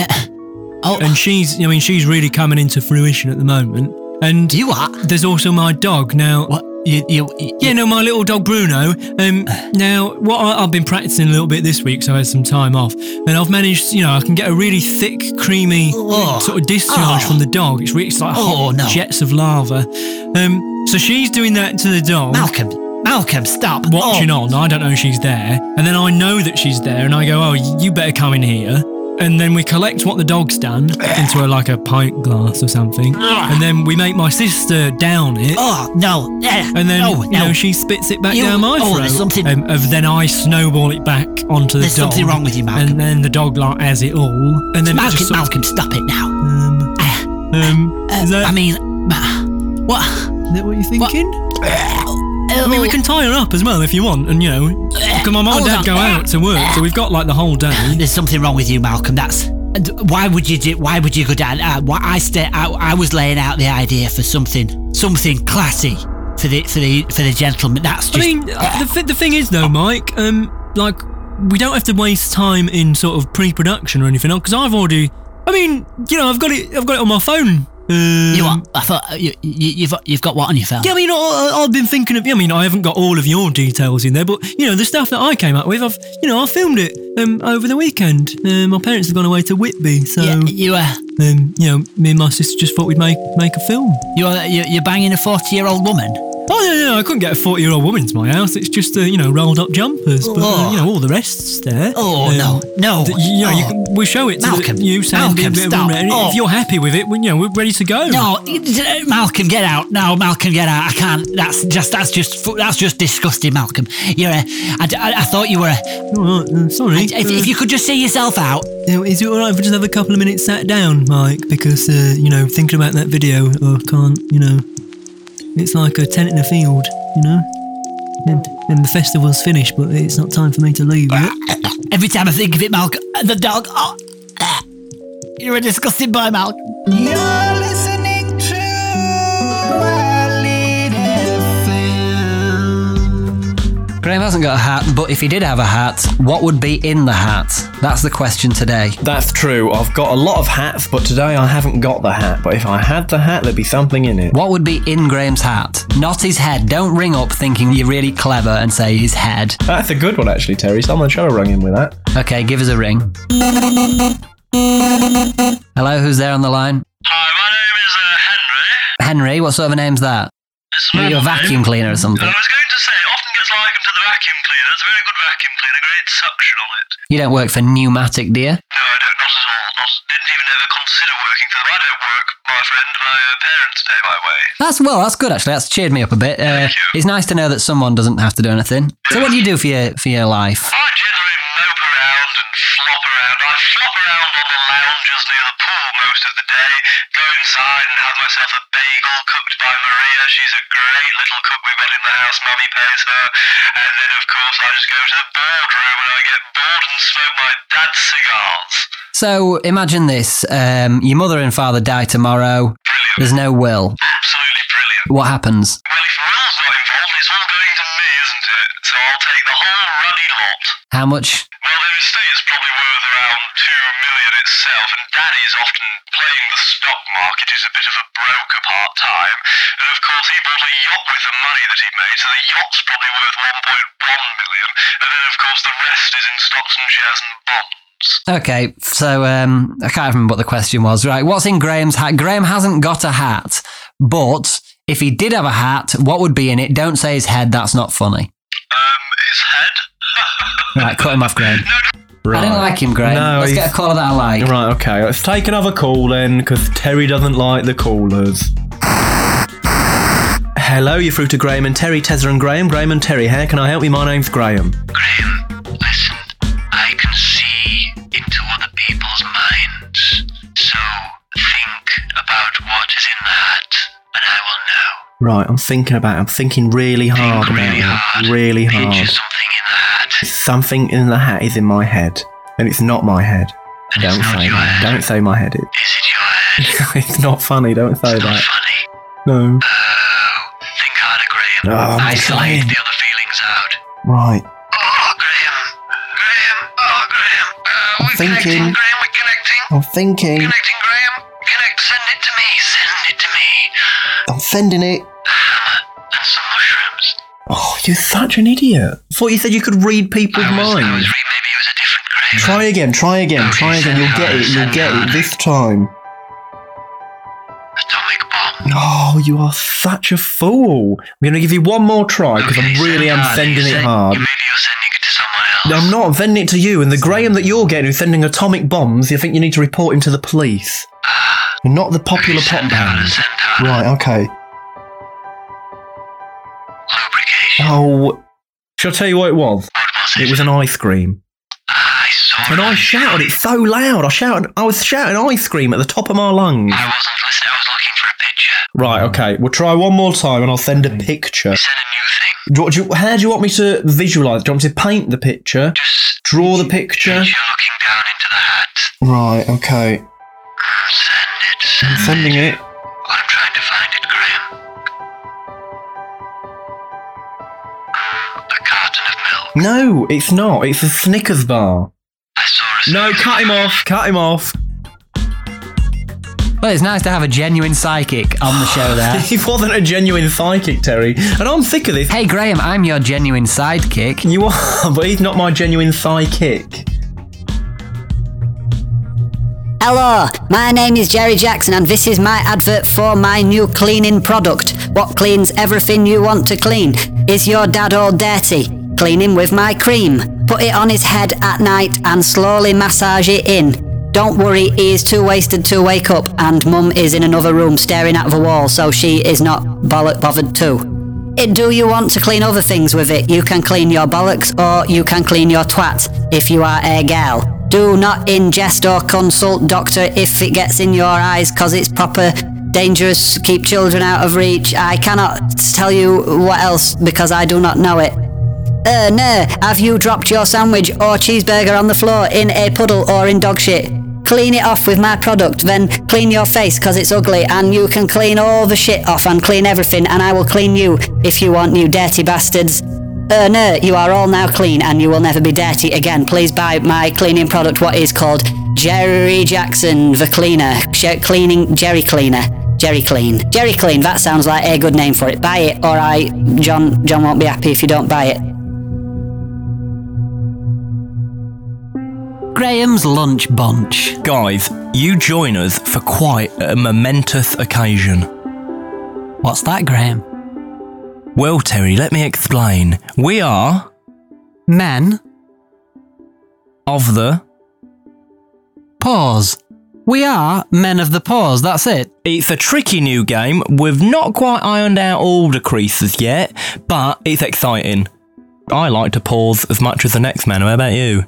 S6: oh.
S16: And she's, I mean, she's really coming into fruition at the moment. And
S6: you are.
S16: There's also my dog now.
S6: What? You, you,
S16: yeah, no, my little dog Bruno. Um, now, what I, I've been practicing a little bit this week, so I had some time off, and I've managed, you know, I can get a really thick, creamy sort of discharge from the dog. It's, re- it's like hot
S6: Oh, no.
S16: jets of lava. Um, so she's doing that to the dog.
S6: Malcolm, Malcolm, stop. Oh.
S16: Watching on. I don't know she's there. And then I know that she's there and I go, oh, you better come in here. And then we collect what the dog's done into a, like a pint glass or something. And then we make my sister down it.
S6: Oh, no. Yeah.
S16: And then,
S6: No,
S16: you know,
S6: no.
S16: she spits it back
S6: You-
S16: down my
S6: oh,
S16: throat.
S6: there's something-
S16: Um, of then I snowball it back onto the
S6: There's
S16: dog.
S6: something wrong with you, Malcolm.
S16: And then the dog like has it all. And then it
S6: Malcolm,
S16: just sort of-
S6: Malcolm, stop it now.
S16: um,
S6: Uh, I mean, uh, what? Oh.
S16: Is that what you're thinking? I mean, we can tie her up as well if you want, and you know, come on, mum and
S6: Hold
S16: dad
S6: on.
S16: go out to work, so we've got like the whole day.
S6: There's something wrong with you, Malcolm. That's and why would you do? Why would you go down? Uh, why I stay. I, I was laying out the idea for something, something classy for the for the for the gentleman. That's
S16: I
S6: just. ah.
S16: mean, the, th- the thing is though, Mike, um, like we don't have to waste time in sort of pre-production or anything, because I've already, I mean, you know, I've got it, I've got it on my phone. Um,
S6: you what? I thought uh, you, you, you've you've got what on your phone?
S16: Yeah, I mean, I- I, I've been thinking of. I mean, I haven't got all of your details in there, but you know, the stuff that I came up with, I've, you know, I filmed it um, over the weekend. Uh, my parents have gone away to Whitby, so
S6: Yeah, you uh,
S16: um, you know, me and my sister just thought we'd make make a film.
S6: you are you, you're banging a forty year old woman.
S16: Oh no, no, I couldn't get a forty-year-old woman to my house. It's just uh, you know rolled up jumpers, but uh, you know all the rest's there.
S6: Oh,
S16: Um,
S6: no, no.
S16: th- you know, you
S6: Oh.
S16: can, we'll show it to
S6: Malcolm,
S16: the, you. Sandy,
S6: Malcolm,
S16: and
S6: stop.
S16: everyone. If
S6: Oh.
S16: you're happy with it, we, you know we're ready to go.
S6: No, it- uh, Malcolm, get out! No, Malcolm, get out! I can't. That's just that's just fu- that's just disgusting, Malcolm. You're a. I, I, I thought you were a.
S16: All right, uh, sorry.
S6: I- if, if you could just see yourself out.
S16: Now, is it alright if we just have a couple of minutes sat down, Mike? Because, uh, you know, thinking about that video, oh, I can't, you know. It's like a tent in a field, you know? And, and the festival's finished, but it's not time for me to leave
S6: Uh,
S16: yet.
S6: Every time I think of it, Malcolm, uh, the dog. Oh, ah. you're a disgusting boy, Malcolm.
S1: You're listening to Wild FM.
S3: Graham hasn't got a hat, but if he did have a hat, what would be in the hat? That's the question today.
S17: That's true. I've got a lot of hats, but today I haven't got the hat. But if I had the hat, there'd be something in it.
S3: What would be in Graham's hat? Not his head. Don't ring up thinking you're really clever and say his head.
S17: That's a good one, actually, Terry. Someone should have rung in with that.
S3: Okay, give us a ring. Hello, who's there on the line? Hi, my name is uh, Henry. Henry, what sort of a name's that? It's you a vacuum cleaner or something. You don't work for Pneumatic, do you? uh, That's well, that's good actually. That's cheered me up a bit. Uh, it's nice to know that someone doesn't have to do anything. So, what do you do for your for your life? So imagine this: um, your mother and father die tomorrow. There's no will. Absolutely brilliant. What happens? Well, if will's not involved, it's all going to me, isn't it? So I'll take the whole ruddy lot. How much? Okay, so um, I can't remember what the question was. Right, what's in Graham's hat? Graham hasn't got a hat, but if he did have a hat, what would be in it? Don't say his head. That's not funny. Right, cut him off, Graham. I didn't like him, Graham.
S10: No,
S3: Let's
S10: he's-
S3: get a caller that I like.
S10: Right, okay. Let's take another call then, because Terry doesn't like the callers. Hello, you're through to Graham and Terry, Tezza and Graham. Graham and Terry, how can I help you? My name's Graham.
S12: I can see into other people's minds. So think about what is in the hat, and I will know.
S10: Right, I'm thinking about it. I'm thinking really hard about it. Really hard. something in the hat. is in my head. And it's not my head. don't say that. Don't say my head. It, is it your head? it's not funny. Don't say that. No. think harder, Graham. Oh,
S12: Isolate
S10: the other feelings out. Right. Oh, Graham. Graham. Oh, Graham. Uh, we're thinking. Graham. We're connecting. I'm thinking. Connecting, Graham. Connect. Send it to me. Send it to me. I'm sending it. Oh, you're such an idiot. thought you said you could read people's minds. Try again, try again, try again. You'll get it, you'll get it this time. Oh, you are such a fool. I'm going to give you one more try because I'm really am sending it hard. No, I'm not. I'm sending it to you. And the Graham that you're getting who's sending atomic bombs, you think you need to report him to the police. You're not the popular pop band. Right, okay. Oh, shall I tell you what it was? It was an ice cream. And I shouted it so loud. I shouted. I was shouting ice cream at the top of my lungs. I wasn't listening. I was looking for a picture. Right. Okay. We'll try one more time, and I'll send a picture. Um, mm. Send a new thing. Do, you- how do you want me to visualize? Do you want me to paint the picture? Just draw the picture. Right. Okay. Send it. I'm sending it. No, it's not. It's a Snickers bar. No, cut him off. Cut him off.
S3: Well, it's nice to have a genuine psychic on the show there.
S10: he wasn't a genuine psychic, Terry. And I'm sick of this.
S3: Hey, Graham, I'm your genuine sidekick.
S10: You are, but he's not my genuine psychic.
S18: Hello, my name is Jerry Jackson, and this is my advert for my new cleaning product. What cleans everything you want to clean? Is your dad all dirty? Clean him with my cream. Put it on his head at night and slowly massage it in. Don't worry, he is too wasted to wake up, and mum is in another room staring at the wall, so she is not bollock bothered too. It, do you want to clean other things with it? You can clean your bollocks or you can clean your twat if you are a gal. Do not ingest or consult doctor if it gets in your eyes cause it's proper dangerous. Keep children out of reach. I cannot tell you what else because I do not know it. Uh, no, have you dropped your sandwich or cheeseburger on the floor in a puddle or in dog shit? Clean it off with my product, then clean your face because it's ugly, and you can clean all the shit off and clean everything, and I will clean you if you want, you dirty bastards. Uh, no, you are all now clean and you will never be dirty again. Please buy my cleaning product, what is called Jerry Jackson the Cleaner. Jer- cleaning, Jerry Cleaner. Jerry Clean. Jerry Clean, that sounds like a good name for it. Buy it, or I. John, John won't be happy if you don't buy it.
S3: Graham's lunch bunch.
S4: Guys, you join us for quite a momentous occasion.
S3: What's that, Graham?
S4: Well, Terry, let me explain. We are
S3: men
S4: of the
S3: pause. We are men of the pause. That's it.
S4: It's a tricky new game. We've not quite ironed out all the creases yet, but it's exciting. I like to pause as much as the next man. How about you?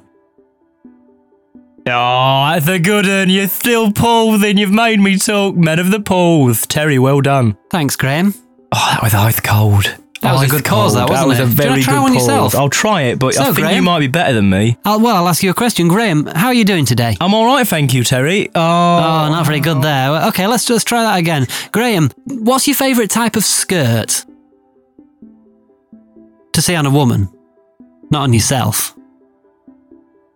S4: Oh, that's a good one. You're still pausing. You've made me talk. Men of the pause. Terry, well done.
S3: Thanks, Graham.
S4: Oh, that was ice cold.
S3: That was a
S4: Ice
S3: good pause, that,
S4: cold.
S3: wasn't
S4: That was
S3: it?
S4: a
S3: Do you
S4: very
S3: wanna try
S4: good
S3: one
S4: pause.
S3: yourself?
S4: I'll try it, but I
S3: So,
S4: think you
S3: Graham-
S4: might be better than me.
S3: I'll, Uh, well, I'll ask you a question, Graham. How are you doing today?
S4: I'm all right, thank you, Terry. Oh,
S3: oh not very good there. Well, Okay, let's just try that again. Graham, what's your favourite type of skirt to say on a woman, not on yourself?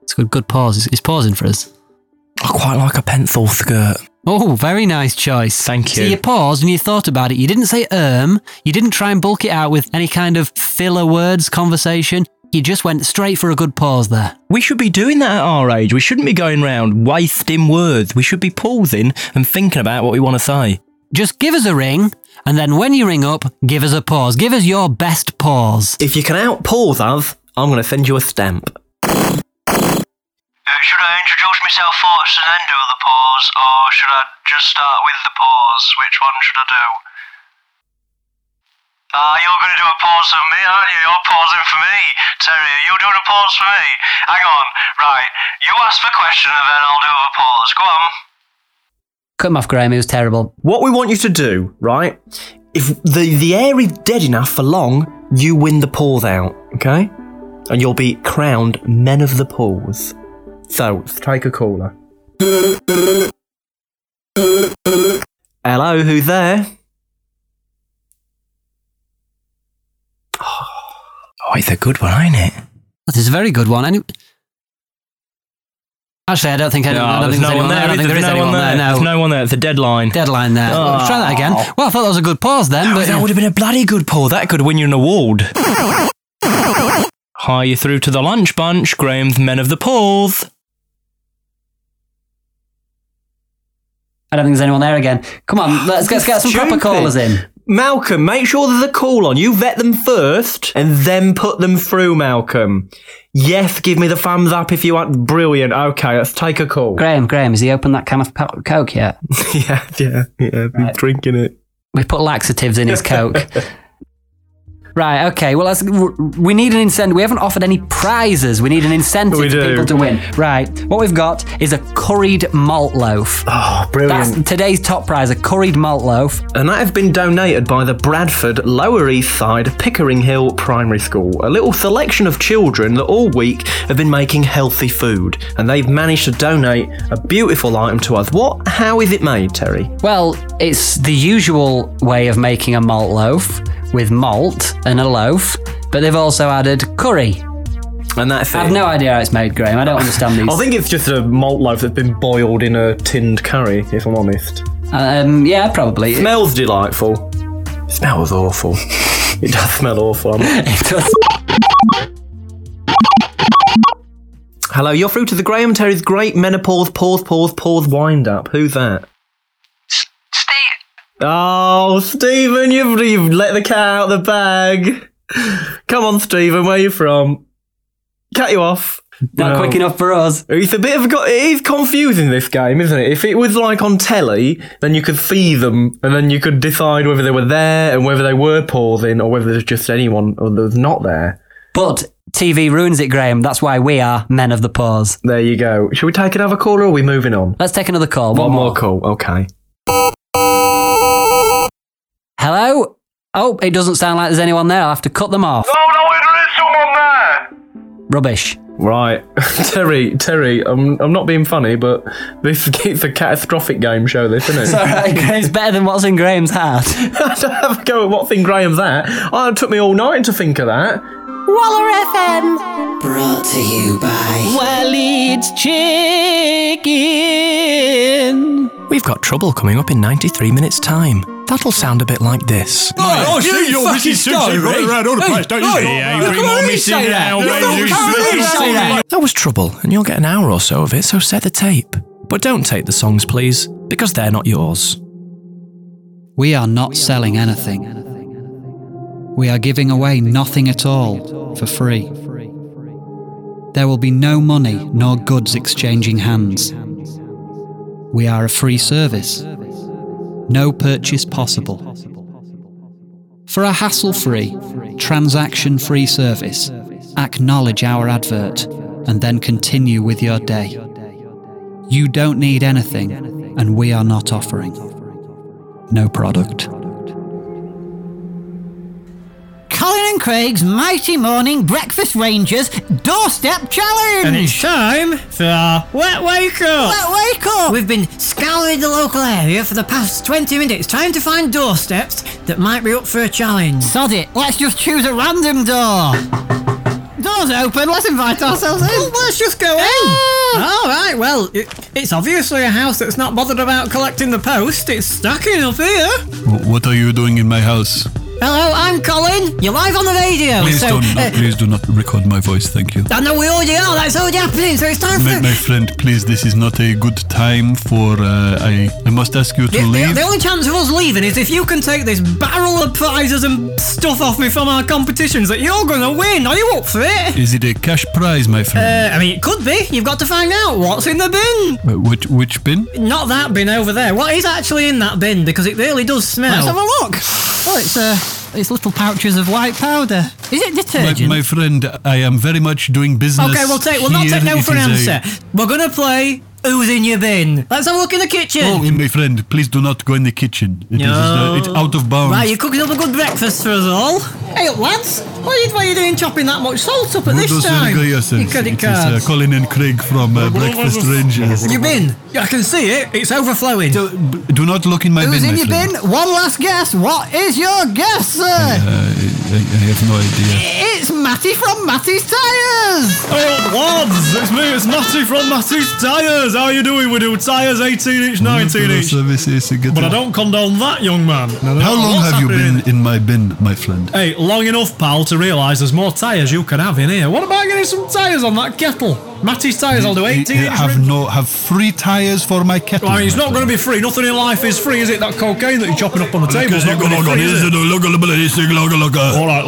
S3: It's a good, good pause. He's, he's pausing for us.
S4: I quite like a pencil skirt.
S3: Oh, very nice choice. Thank So
S4: you.
S3: you paused and you thought about it. You didn't say erm. You didn't try and bulk it out with any kind of filler words conversation. You just went straight for a good pause there.
S4: We should be doing that at our age. We shouldn't be going round wasting words. We should be pausing and thinking about what we want to say.
S19: Just give us a ring, and then when you ring up, give us a pause. Give us your best pause.
S10: If you can outpause us, I'm going to send you a stamp.
S20: Uh, should I introduce myself first and then do the pause, or should I just start with the pause? Which one should I do? Ah, you're going to do a pause for me, aren't you? You're pausing for me, Terry. You're doing a pause for me. Hang on. Right. You ask the question and then I'll do a pause. Go on.
S10: Cut him off, Graham. It was terrible. What we want you to do, right? If the the air is dead enough for long, you win the pause out, okay? And you'll be crowned men of the pause. So take a caller. Hello, who's there?
S12: Oh, it's a good one, ain't it?
S19: That is a very good one. Any- Actually, I don't think, any-
S12: No,
S19: I don't think
S12: there's
S19: there's
S12: no
S19: anyone
S12: one
S19: there. I
S12: there,
S19: don't think there
S12: is there?
S19: is
S12: There's no
S19: anyone
S12: one
S19: there.
S12: there.
S19: No.
S12: There's no one there. It's a deadline.
S19: Deadline there. Let's try that again.
S10: Ah.
S19: Well, I thought that was a good pause
S10: Oh,
S19: then. but
S12: That would have been a bloody good pull. That could win you an award. Hi, you through to the lunch bunch, Graham's Men of the Pause.
S3: I don't think there's anyone there again. Come on, let's get, let's get some proper
S10: Stupid.
S3: callers in.
S10: Malcolm, make sure there's a call on. You vet them first and then put them through, Malcolm. Yes, give me the thumbs up if you want. Brilliant. Okay, let's take a call.
S3: Graham, Graham, has he opened that can of po- Coke yet?
S10: yeah, yeah, yeah. Been drinking it.
S3: We put laxatives in his Coke. right, okay. Well, let's, we need an incentive. We haven't offered any prizes. We need an incentive
S10: We
S3: for
S10: do.
S3: people to win. Right, what we've got is a curried malt loaf.
S10: Oh, brilliant.
S3: That's today's top prize, a curried malt loaf.
S10: And that have been donated by the Bradford Lower East Side Pickering Hill Primary School, a little selection of children that all week have been making healthy food, and they've managed to donate a beautiful item to us. What? How is it made, Terry?
S3: Well, it's the usual way of making a malt loaf with malt and a loaf, but they've also added curry.
S10: And that's
S3: I've no idea how it's made, Graham. I don't understand these.
S10: I think it's just a malt loaf that's been boiled in a tinned curry, if I'm honest.
S3: Um, yeah, probably.
S10: Smells delightful. smells awful. it does smell awful. it
S3: does.
S10: Hello, you're through to the Graham Terry's Great Menopause Pause Pause Pause Wind Up. Who's that? Steve. Oh, Stephen, you've, you've let the cat out of the bag. Come on, Stephen, where you from? Cut you off.
S3: Not quick enough for us.
S10: It's a bit of it is confusing this game, isn't it? If it was like on telly, then you could see them, and then you could decide whether they were there and whether they were pausing or whether there's just anyone or there's not there.
S3: But TV ruins it, Graham. That's why we are men of the pause.
S10: There you go. Should we take another call or are we moving on?
S3: Let's take another call.
S10: One, more. call. Okay.
S3: Hello? Oh, it doesn't sound like there's anyone there. I'll have to cut them off.
S20: No, no, there is someone there.
S3: Rubbish.
S10: Right, Terry, Terry, I'm I'm not being funny, but this it's a catastrophic game show, this isn't it?
S3: It's all right, Graham's better than what's in Graham's hat.
S10: have a go at what's in Graham's hat. Oh, it took me all night to think of that.
S15: Waller FM.
S10: Brought to you by.
S15: Waleed's Chicken.
S12: We've got trouble coming up in 93 minutes' time. That'll sound a bit like this.
S15: Oh, I see
S12: you
S15: you're
S12: fucking
S15: missing
S12: sorry,
S15: something running around all the place, don't you?
S12: Yeah,
S15: Look
S12: we
S15: at
S12: were
S15: me
S12: missing
S15: say that.
S12: now,
S15: Look
S12: man. You
S15: at me
S12: fucking
S15: say that.
S12: That was trouble, and you'll get an hour or so of it, so set the tape. But don't take the songs, please, because they're not yours.
S21: We are not selling anything. We are giving away nothing at all for free. There will be no money nor goods exchanging hands. We are a free service. No purchase possible. For a hassle free, transaction free service, acknowledge our advert and then continue with your day. You don't need anything, and we are not offering. No product.
S7: Colin and Craig's Mighty Morning Breakfast Rangers Doorstep Challenge!
S22: And it's time for Wet Wake Up!
S7: Wet Wake Up! We've been scouring the local area for the past 20 minutes trying to find doorsteps that might be up for a challenge. Sod it, let's just choose a random door. Doors open, let's invite ourselves in. let's just go in.
S23: All right, well, it, it's obviously a house that's not bothered about collecting the post. It's stuck in up here.
S24: What are you doing in my house?
S7: Hello, I'm Colin. You're live on the radio.
S24: Please
S7: so,
S24: don't.
S7: uh,
S24: please do not record my voice. Thank you.
S7: I know we already are. That's already happening. So it's time
S24: My,
S7: for.
S24: my friend, please, this is not a good time for. Uh, I, I must ask you to
S7: The, the-
S24: leave.
S7: the only chance of us leaving is if you can take this barrel of prizes and stuff off me from our competitions that you're going to win. Are you up for it?
S24: Is it a cash prize, my friend?
S7: Uh, I mean, it could be. You've got to find out what's in the bin.
S24: Uh, which which bin?
S7: Not that bin over there. What is actually in that bin? Because it really does smell.
S24: Let's have a
S7: look.
S25: Oh, it's uh, it's little pouches of white powder. Is it
S24: My,
S25: detergent?
S24: my friend, I am very much doing business.
S7: Okay, we'll take. We'll not
S24: here.
S7: take no
S24: It
S7: for an
S24: is a-
S7: answer. We're gonna play. Who's in your bin? Let's have a look in the kitchen.
S24: Oh, my friend, please do not go in the kitchen. It is
S7: No.
S24: uh, it's out of bounds.
S7: Right, you're cooking up a good breakfast for us all. Hey, lads, what are you, what are you doing chopping that much salt up at this
S24: Bulldozer
S7: time?
S24: Grierson.
S7: You credit
S24: It is, uh,
S7: cards.
S24: Colin and Craig from uh, Breakfast Rangers.
S7: Your bin. I can see it. It's overflowing.
S24: Do, do not look in my
S7: Who's
S24: bin,
S7: in
S24: my
S7: your
S24: friend.
S7: One last guess. What is your guess, sir?
S24: Uh, I, I have no idea.
S7: It's Matty from Matty's Tires.
S10: Oh, lads! It's me, it's Matty from Matty's Tyres. How are you doing? We do tyres 18
S24: Mm,
S10: inch, 19 inch.
S24: Services, uh, get
S10: But I
S24: it.
S10: don't condone that, young man.
S24: How long
S10: What's
S24: have you
S10: happening?
S24: been in my bin, my friend?
S10: Hey, long enough, pal, to realise there's more tyres you can have in here. What about getting some tyres on that kettle? Matty's tyres, I'll do 18 inch.
S24: have no have free tires for my kettle.
S10: Well, I mean, it's not going to be free. Nothing in life is free, is it? That cocaine that you're chopping up on the table's not going to be free. Is it?
S24: All
S10: right,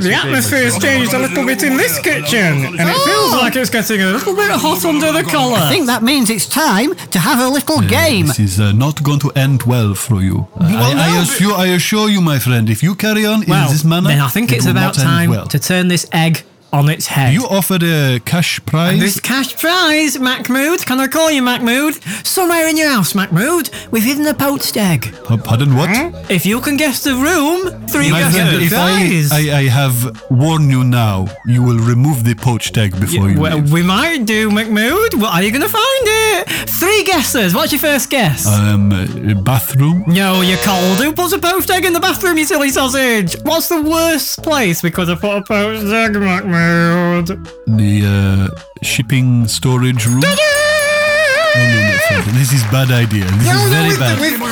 S7: The atmosphere's changed a little bit in this kitchen, and it feels like it's getting a little bit hot under the collar. Oh. I think that means it's time to have a little game.
S24: This is uh, not going to end well for you. I-
S7: Well,
S24: I, I, assure, I assure you, my friend, if you carry on
S7: Well,
S24: in this manner,
S7: then I think
S24: it
S7: it's
S24: will
S7: about
S24: not end
S7: time
S24: well.
S7: to turn this egg on its head.
S24: You offered a cash prize.
S7: And this cash prize, Macmood. Can I call you Macmood? Somewhere in your house, Macmood, we've hidden a poached egg.
S24: Uh, Pardon what?
S7: If you can guess the room, three
S24: My
S7: guesses
S24: friend,
S7: the
S24: if I,
S7: prize.
S24: I, I have warned you now, you will remove the poached egg before Oh, you.
S7: Well, we might do, Macmood. What are you going to find it? Three guesses. What's your first guess?
S24: Um, uh, bathroom.
S7: No, you're cold. Who puts a poached egg in the bathroom, you silly sausage? What's the worst place we could have put a poached egg, Macmood?
S24: The uh, shipping storage room. No, no, no, friend, This is bad idea. This is very bad.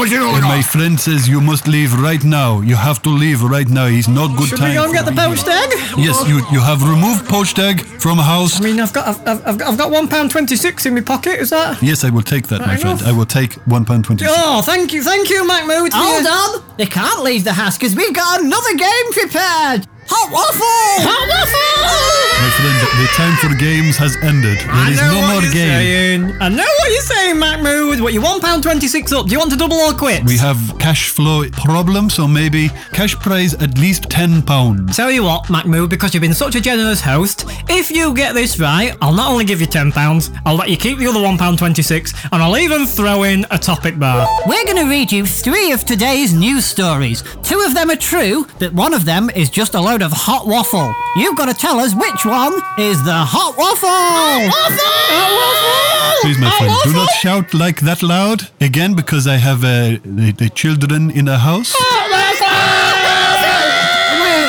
S24: And my friend says you must leave right now. You have to leave right now. It's not good
S7: Should
S24: time.
S7: we go and get the poached egg?
S24: Yes, you you have removed poached egg from house.
S7: I mean, I've got I've, I've, I've got- I've got one pound twenty six in my pocket. Is that?
S24: Yes, I will take that, my
S7: Fair
S24: friend.
S7: enough.
S24: I will take one pound twenty.
S7: Oh, thank you, thank you, Macmood.
S3: Hold
S7: on, they can't leave the house because we've got another game prepared. Hot waffle. Hot waffle.
S24: My friend, the time for games has ended. There
S7: I
S24: is
S7: know
S24: no
S7: what
S24: more
S7: you're
S24: game.
S7: saying. I know what you're saying, Macmood. What you one pound twenty six up? Do you want to double or quit?
S24: We have cash flow problem, so maybe cash prize at least ten pounds.
S7: Tell you what, Macmood, because you've been such a generous host, if you get this right, I'll not only give you £10, I'll let you keep the other £1.26, and I'll even throw in a topic bar.
S3: We're going to read you three of today's news stories. Two of them are true, but one of them is just a load of hot waffle. You've got to tell us which one is the hot waffle.
S7: Oh,
S24: Please, my friend, do not shout like that loud again because I have uh, the, the children in the house.
S7: Why,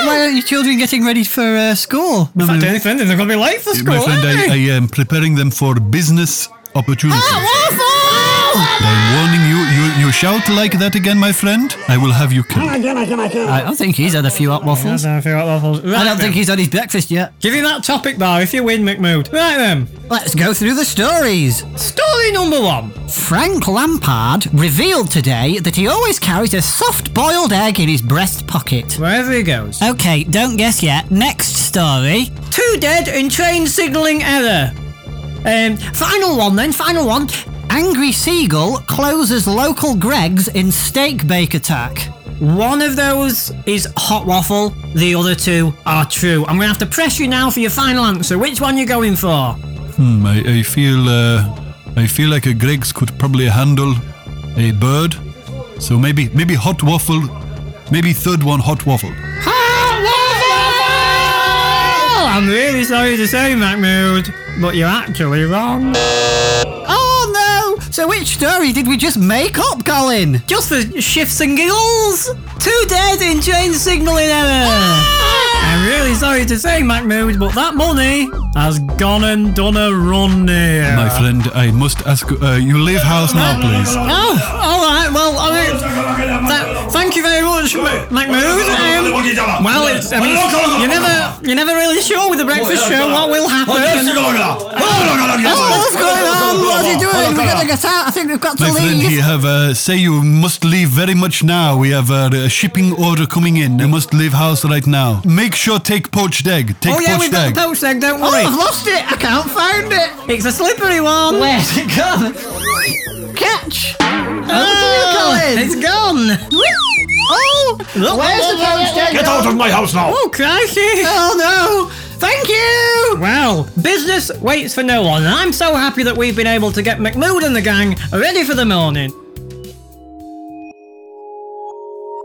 S7: why aren't your children getting ready for uh, school? If I do anything, then they're going to be late for school.
S24: Mm. My friend, I, I am preparing them for business opportunities.
S7: Ah,
S24: I'm warning you, you, you shout like that again, my friend, I will have you killed.
S3: I don't think he's had a few hot waffles.
S7: I don't
S3: think he's had his breakfast yet.
S7: Give him that topic bar if you win, McMood. Right then.
S3: Let's go through the stories.
S7: Story number one.
S3: Frank Lampard revealed today that he always carries a soft boiled egg in his breast pocket.
S7: Wherever he goes.
S3: Okay, don't guess yet. Next story.
S7: Two dead in train signalling error.
S3: Um, final one then, final one. Angry Seagull closes local Greg's in steak bake attack.
S7: One of those is hot waffle, the other two are true. I'm going to have to press you now for your final answer. Which one you going for?
S24: Hmm, I, I feel uh, I feel like a Greg's could probably handle a bird, so maybe maybe hot waffle, maybe third one hot waffle.
S7: Oh, I'm really sorry to say, Macmood, but you're actually wrong.
S3: Oh no! So which story did we just make up, Colin?
S7: Just for shifts and giggles. Two dead in train signalling error. I'm really sorry sorry to say, Mahmoud, but that money has gone and done a run here.
S24: My friend, I must ask uh, you leave house now, please.
S7: Oh, all right. Well, I mean, tha- thank you very much, Ma- Mahmoud. Um, well, it's, I mean, you're never, you're never really sure with the breakfast show what will happen.
S15: What's going on? What are you doing? We've got to get out. I think we've got to
S24: My friend,
S15: leave.
S24: he have uh, say you must leave very much now. We have uh, a shipping order coming in. I must leave house right now. Make sure take poached egg. Take
S7: oh yeah, we've
S24: poached
S7: got
S24: egg.
S7: the poached egg. Don't
S15: Oh,
S7: worry.
S15: I've lost it. I can't find it.
S7: It's a slippery one.
S15: Where's it gone? Catch.
S7: Oh,
S15: Over to you, Colin.
S7: it's gone.
S15: Oh, where's the poached egg?
S7: Get out of my
S15: house now.
S7: Oh, crikey.
S15: Oh no.
S7: Thank you! Well, business waits for no one, and I'm so happy that we've been able to get McMood and the gang ready for the morning.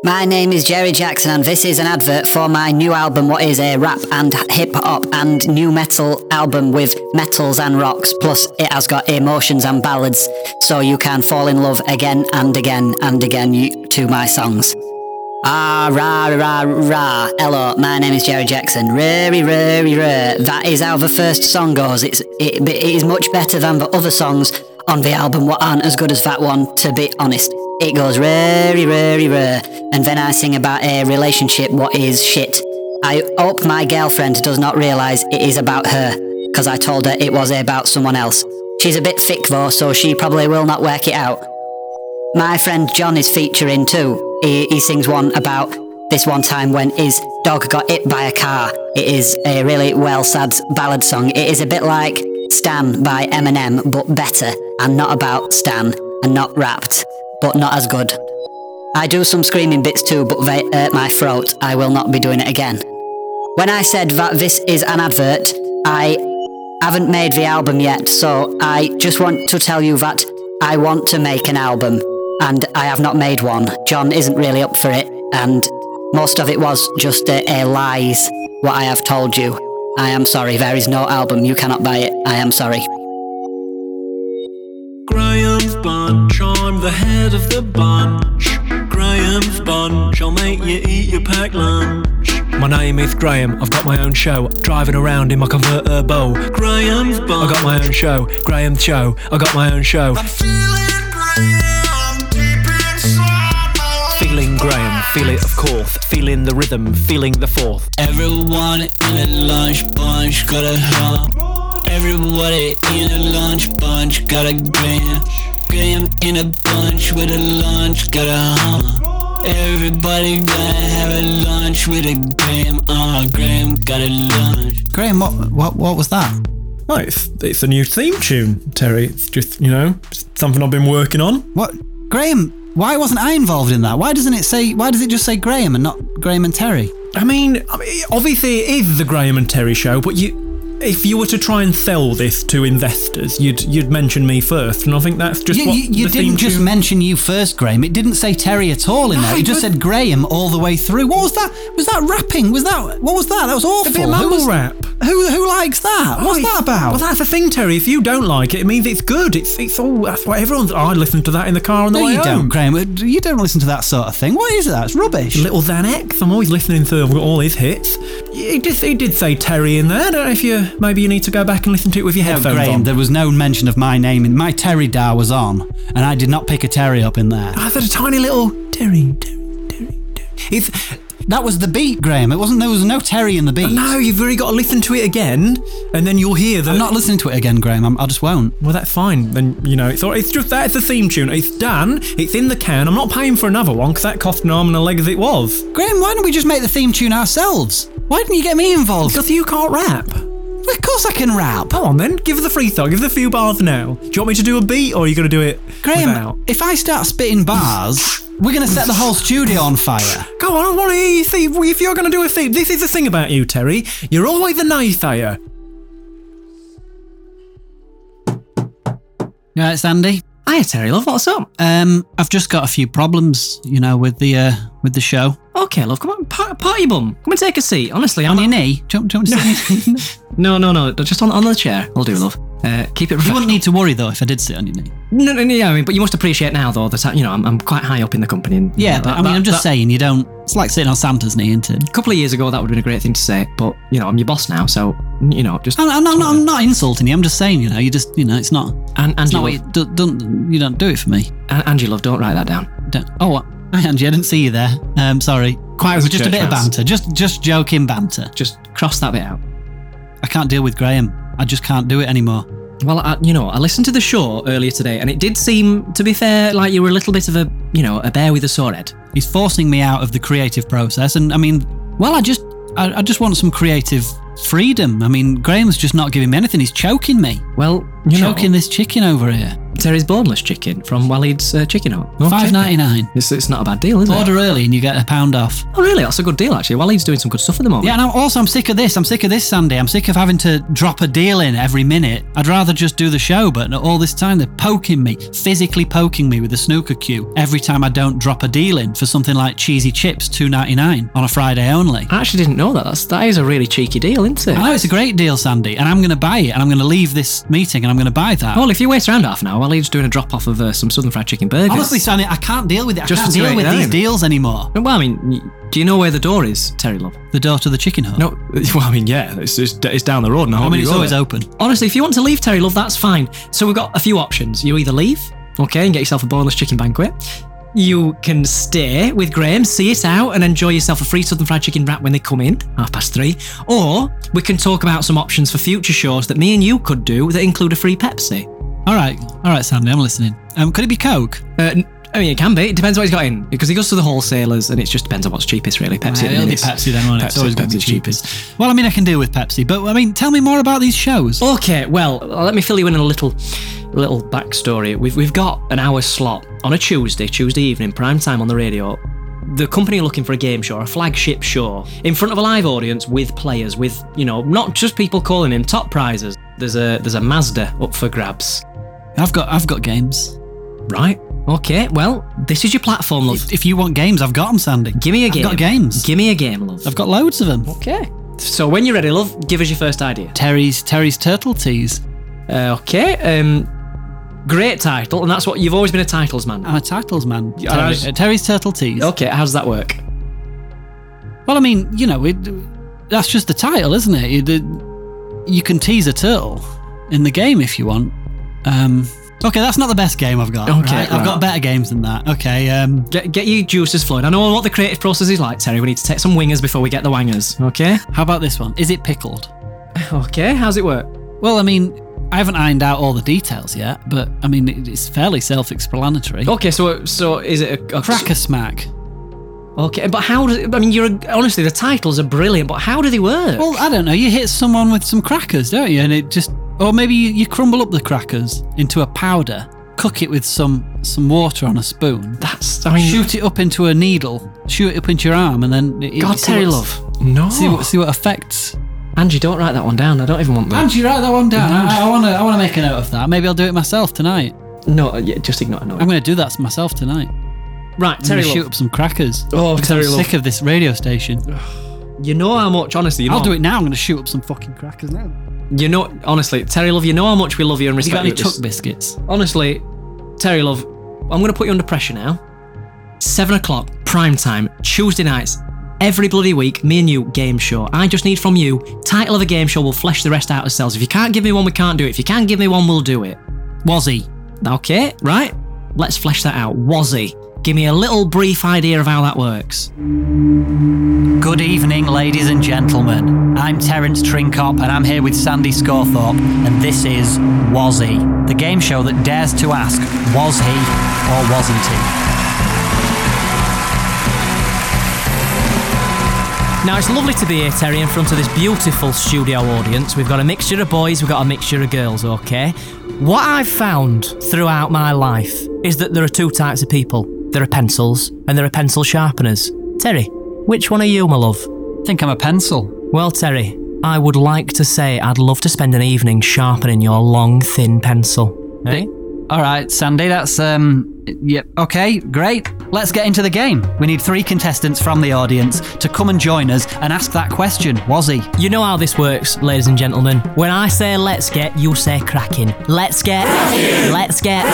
S18: My name is Jerry Jackson, and this is an advert for my new album, what is a rap and hip hop and new metal album with metals and rocks. Plus, it has got emotions and ballads, so you can fall in love again and again and again you- to my songs. Ah, rah, rah, rah. Hello, my name is Jerry Jackson. Rary, rary, rare. That is how the first song goes. It's, it, it is much better than the other songs on the album, what aren't as good as that one, to be honest. It goes rary, rary, rare. And then I sing about a relationship, what is shit. I hope my girlfriend does not realise it is about her, because I told her it was about someone else. She's a bit thick though, so she probably will not work it out. My friend John is featuring too. He, he sings one about this one time when his dog got hit by a car. It is a really well sad ballad song. It is a bit like Stan by Eminem, but better, and not about Stan, and not rapped, but not as good. I do some screaming bits too, but they hurt my throat. I will not be doing it again. When I said that this is an advert, I haven't made the album yet, so I just want to tell you that I want to make an album, and I have not made one. John isn't really up for it, and most of it was just a, a lies, what I have told you. I am sorry, there is no album, you cannot buy it, I am sorry.
S12: Graham's Bunch, I'm the head of the bunch. Graham's Bunch, I'll make you eat your packed lunch.
S10: My name is Graham. I've got my own show. Driving around in my convertible.
S12: Graham's
S10: I got my own show. Graham's show. I got my own show. Feeling Graham. Feel it, of course. Feeling the rhythm. Feeling the fourth.
S12: Everyone in a lunch bunch got a hump. Everybody in a lunch bunch got a gram. Gram in a bunch with a lunch got a hump. Everybody gotta have a lunch with a gram. Ah, gram got a lunch.
S3: Graham, what what what was that?
S10: Oh, it's, it's a new theme tune, Terry. It's just, you know, something I've been working on.
S3: What, Graham? Why wasn't I involved in that? Why doesn't it say? Why does it just say Graham and not Graham and Terry?
S10: I mean, I mean, obviously it is the Graham and Terry show, but you, if you were to try and sell this to investors, you'd you'd mention me first, and I think that's just
S3: you,
S10: what
S3: you- you
S10: the theme
S3: didn't just
S10: tune-
S3: mention you first, Graham. It didn't say Terry at all in there.
S10: No,
S3: It just
S10: but-
S3: said Graham all the way through. What was that? Was that rapping? Was that what was that? That was awful.
S10: A bit of
S3: who
S10: mumble
S3: was,
S10: rap.
S3: Who who likes that?
S10: Oh,
S3: What's
S10: it's-
S3: that about?
S10: Well, that's the thing, Terry. If you don't like it, it means it's good. It's it's all that's what everyone's. I listen to that in the car on the
S3: no,
S10: way
S3: you
S10: home.
S3: don't, Graham. You don't listen to that sort of thing. What is that? It's rubbish.
S10: Little Xanax. I'm always listening to all his hits. He did, he did say Terry in there. I don't know if you maybe you need to go back and listen to it with your
S3: No,
S10: headphones
S3: Graham,
S10: on.
S3: there was no mention of my name. in My Terry Dar was on, and I did not pick a Terry up in there.
S10: I've had a tiny little Terry.
S3: It's, that was the beat, Graham. It wasn't. There was no Terry in the beat.
S10: No, you've really got to listen to it again, and then you'll hear that. I'm
S3: not listening to it again, Graham. I'm, I just won't.
S10: Well, that's fine. Then you know, it's all, it's just that it's a theme tune. It's done. It's in the can. I'm not paying for another one because that cost an arm and a leg as it was.
S3: Graham, why don't we just make the theme tune ourselves? Why didn't you get me involved?
S10: Because you can't rap.
S3: Of course I can rap.
S10: Come on then, give us a freestyle. Give us a few bars now. Do you want me to do a beat, or are you going to do it
S3: Graham,
S10: without?
S3: if I start spitting bars, we're going to set the whole studio on fire.
S10: Go on, I want to hear you see if you're going to do a theme. This is the thing about you, Terry. You're always the naysayer.
S3: Yeah, it's Andy.
S4: Hiya, Terry. Love, what's up?
S3: Um, I've just got a few problems, you know, with the uh, with the show.
S4: Okay, love, come on, par- party bum. Come and take a seat. Honestly,
S3: on your knee. Don't don't.
S4: no, no, no. Just on on the chair. I'll do, love. Uh, keep it.
S3: You wouldn't need to worry though if I did sit on your knee.
S4: No, no, no, yeah, I mean, but you must appreciate now though that I, you know I'm, I'm quite high up in the company. And,
S3: Yeah,
S4: you know,
S3: but
S4: that-
S3: I mean,
S4: that-
S3: I'm just
S4: that-
S3: saying you don't. It's like sitting on Santa's knee, isn't it?
S4: A couple of years ago, that would have been a great thing to say, but you know I'm your boss now, so you know just.
S3: I'm, I'm, not, I'm not insulting you. I'm just saying, you know, you just, you know, it's not.
S4: And,
S3: it's
S4: you
S3: not what you
S4: love-
S3: do, don't. You don't do it for me.
S4: And, and you love. Don't write that down.
S3: Don't, oh, hi, Angie. I didn't see you there. Um, sorry.
S4: Quiet as a
S3: just a
S4: church
S3: bit of
S4: mouse.
S3: banter. Just, just joking banter.
S4: Just cross that bit out.
S3: I can't deal with Graham. I just can't do it anymore.
S4: Well, I, you know, I listened to the show earlier today, and it did seem, to be fair, like you were a little bit of a, you know, a bear with a sore head.
S3: He's forcing me out of the creative process, and I mean, well, I just, I, I just want some creative freedom. I mean, Graham's just not giving me anything. He's choking me.
S4: Well,
S3: you choking this chicken over here.
S4: Terry's boneless chicken from Walid's uh, Chicken Hut.
S3: Five ninety nine.
S4: It's, it's not a bad deal, is it?
S3: Order early and you get a pound off.
S4: Oh, really? That's a good deal, actually. Walid's doing some good stuff at the moment.
S3: Yeah, and I'm, also I'm sick of this. I'm sick of this, Sandy. I'm sick of having to drop a deal in every minute. I'd rather just do the show, but all this time they're poking me, physically poking me with a snooker cue every time I don't drop a deal in for something like cheesy chips, two ninety nine on a Friday only.
S4: I actually didn't know that. That's that is a really cheeky deal, isn't it?
S3: I know it's a great deal, Sandy, and I'm going to buy it, and I'm going to leave this meeting, and I'm going to buy that.
S4: Well, if you wait around half an hour, Walid's doing a drop off of uh, some Southern Fried Chicken burgers.
S3: Honestly, Sandy, I can't deal with it. I
S4: Just
S3: can't
S4: for
S3: deal with these
S4: $2.89.
S3: deals anymore.
S4: Well, I mean, y- do you know where the door is, Terry Love?
S3: The door to the chicken hut.
S4: No,
S10: Well, I mean, yeah, it's, it's, it's down the road now.
S4: I mean, it's always
S3: open.
S4: Honestly, if you want to leave Terry Love, that's fine. So we've got a few options. You either leave, okay, and get yourself a boneless chicken banquet. You can stay with Graham, see it out, and enjoy yourself a free Southern Fried Chicken wrap when they come in, half past three. Or we can talk about some options for future shows that me and you could do that include a free Pepsi.
S3: All right, all right, Sandy, I'm listening. Um, could it be Coke?
S4: Uh, n- I mean, it can be. It depends what he's got in. Because he goes to the wholesalers, and it just depends on what's cheapest, really. Pepsi. at
S3: Yeah,
S4: the
S3: it'll be
S4: minute.
S3: Pepsi then, won't it? It's
S4: Pepsi-
S3: always gonna be
S4: Pepsi's cheapest.
S3: Well, I mean, I can deal with Pepsi, but I mean, tell me more about these shows.
S4: Okay, well, uh, let me fill you in on a little, little backstory. We've we've got an hour slot on a Tuesday, Tuesday evening, prime time on the radio. The company are looking for a game show, a flagship show, in front of a live audience with players, with you know, not just people calling in top prizes. There's a there's a Mazda up for grabs.
S3: I've got I've got games.
S4: Right. Okay. Well, this is your platform, love.
S3: If, if you want games, I've got them, Sandy.
S4: Give me a game.
S3: got games.
S4: Give me a game, love.
S3: I've got loads of them.
S4: Okay. So when you're ready, love, give us your first idea.
S3: Terry's Terry's turtle teas.
S4: Uh, okay. Um, great title, and that's what you've always been a titles man.
S3: I'm a titles man.
S4: and I
S3: Terry-
S4: was-
S3: uh, Terry's turtle teas.
S4: Okay. How does that work?
S3: Well, I mean, you know, it, that's just the title, isn't it? It- it- you can tease a turtle in the game if you want. Um, okay, that's not the best game I've got.
S4: Okay,
S3: right?
S4: right.
S3: I've got better games than that. Okay, um,
S4: Get, get your juices flowing. I know what the creative process is like, Terry. We need to take some wingers before we get the wangers. Okay.
S3: how about this one? Is it pickled?
S4: Okay. How's it work?
S3: Well, I mean, I haven't ironed out all the details yet, but I mean, it, it's fairly self-explanatory.
S4: Okay. So so is it a, a
S3: Cracker smack.
S4: Okay. But how does? I mean, you're a, honestly the titles are brilliant, but how do they work?
S3: Well, I don't know. You hit someone with some crackers, don't you? And it just, or maybe you, you crumble up the crackers into a powder, cook it with some some water on a spoon.
S4: That's, I mean-
S3: shoot it up into a needle, shoot it up into your arm, and then it,
S4: God,
S3: see
S4: Terry
S3: what's-
S4: Love. No.
S3: See what see what effects.
S4: Angie, don't write that one down. I don't even want that.
S3: Angie, write that one down. I, I wanna I wanna make a note of that. Maybe I'll do it myself tonight.
S4: No, uh, yeah, just ignore it. No.
S3: I'm gonna do that myself tonight.
S4: Right,
S3: I'm
S4: Terry
S3: gonna
S4: Love.
S3: shoot up some crackers.
S4: Oh,
S3: because
S4: Terry
S3: I'm
S4: Love.
S3: sick of this radio station.
S4: You know how much, honestly. You know,
S3: I'll do it now. I'm gonna shoot up some fucking crackers now.
S4: You know, honestly, Terry Love. You know how much we love you and
S3: You
S4: respect
S3: got any
S4: at this-
S3: tuck biscuits?
S4: Honestly, Terry Love, I'm going to put you under pressure now. Seven o'clock, prime time, Tuesday nights, every bloody week, me and you, game show. I just need from you, title of a game show, we'll flesh the rest out ourselves. If you can't give me one, we can't do it. If you can give me one, we'll do it.
S3: Was he?
S4: Okay, right. Let's flesh that out. Was he? Give me a little brief idea of how that works.
S26: Good evening, ladies and gentlemen. I'm Terence Trincop, and I'm here with Sandy Scorthorpe, and this is Was He? The game show that dares to ask, was he or wasn't he?
S4: Now it's lovely to be here, Terry, in front of this beautiful studio audience. We've got a mixture of boys, we've got a mixture of girls, okay? What I've found throughout my life is that there are two types of people there are pencils and there are pencil sharpeners. Terry, which one are you, my love?
S26: think I'm a pencil.
S4: Well, Terry, I would like to say I'd love to spend an evening sharpening your long, thin pencil.
S26: All right, Sandy, that's um yep, okay, great.
S3: Let's get into the game. We need three contestants from the audience to come and join us and ask that question Was he?
S4: Eh? You know how this works, ladies and gentlemen. When I say let's get, you say cracking. Let's get, let's get,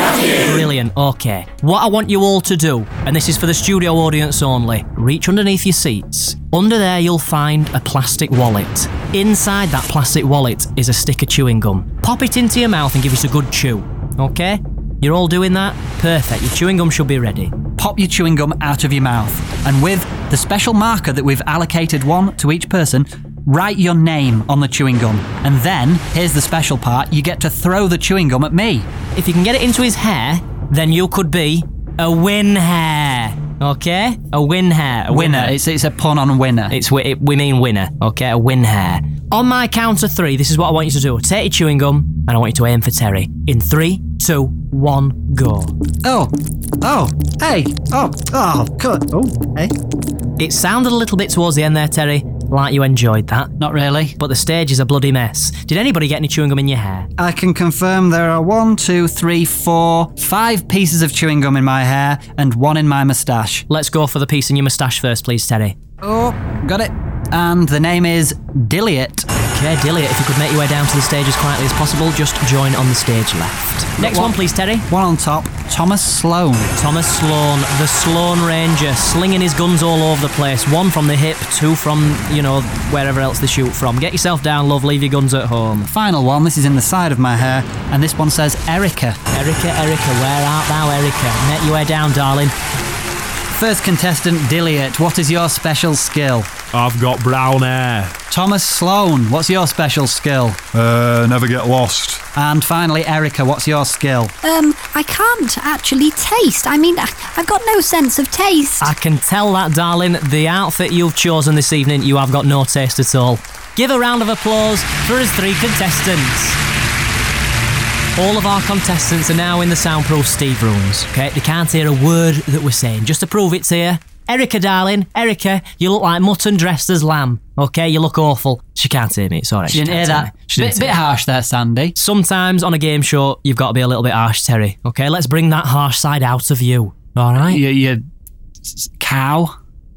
S4: brilliant. Okay. What I want you all to do, and this is for the studio audience only, reach underneath your seats. Under there, you'll find a plastic wallet. Inside that plastic wallet is a stick of chewing gum. Pop it into your mouth and give us a good chew. Okay? You're all doing that? Perfect. Your chewing gum should be ready.
S3: Pop your chewing gum out of your mouth, and with the special marker that we've allocated one to each person, write your name on the chewing gum. And then, here's the special part you get to throw the chewing gum at me.
S4: If you can get it into his hair, then you could be a win hair. Okay? A win hair. A
S3: Winner. It's, it's a pun on winner.
S4: It's wi- it, we mean winner. Okay? A win hair. On my count of three, this is what I want you to do. Take your chewing gum, and I want you to aim for Terry. In three, two, one, go.
S3: Oh. Oh. Hey. Oh. Oh. Good. Oh. Hey.
S4: It sounded a little bit towards the end there, Terry. Like you enjoyed that. Not really. But the stage is a bloody mess. Did anybody get any chewing gum in your hair?
S3: I can confirm there are one, two, three, four, five pieces of chewing gum in my hair and one in my moustache.
S4: Let's go for the piece in your moustache first, please, Terry.
S3: Oh, got it. And the name is Dilliot.
S4: Okay, Dilliot, if you could make your way down to the stage as quietly as possible, just join on the stage left. Next one, please, Terry.
S3: One on top, Thomas Sloan.
S4: Oh, Thomas Sloan, the Sloan Ranger, slinging his guns all over the place. One from the hip, two from, you know, wherever else they shoot from. Get yourself down, love, leave your guns at home.
S3: Final one, this is in the side of my hair, and this one says Erica.
S4: Erica, Erica, where art thou, Erica? Make your way down, darling.
S3: First contestant, Dilliot, what is your special skill?
S10: I've got brown hair.
S3: Thomas Sloan, what's your special skill?
S27: Uh, never get lost.
S3: And finally, Erica, what's your skill?
S22: Um, I can't actually taste. I mean, I, I've got no sense of taste.
S4: I can tell that, darling. The outfit you've chosen this evening, you have got no taste at all. Give a round of applause for his three contestants. All of our contestants are now in the soundproof Steve rooms. Okay, they can't hear a word that we're saying. Just to prove it to you, Erica, darling, Erica, you look like mutton dressed as lamb. Okay, you look awful. She can't hear me. Sorry,
S3: She didn't hear that. Bit- bit
S4: harsh there, Sandy. Sometimes on a game show, you've got to be a little bit harsh, Terry. Okay, let's bring that harsh side out of you. All right.
S3: You, you cow.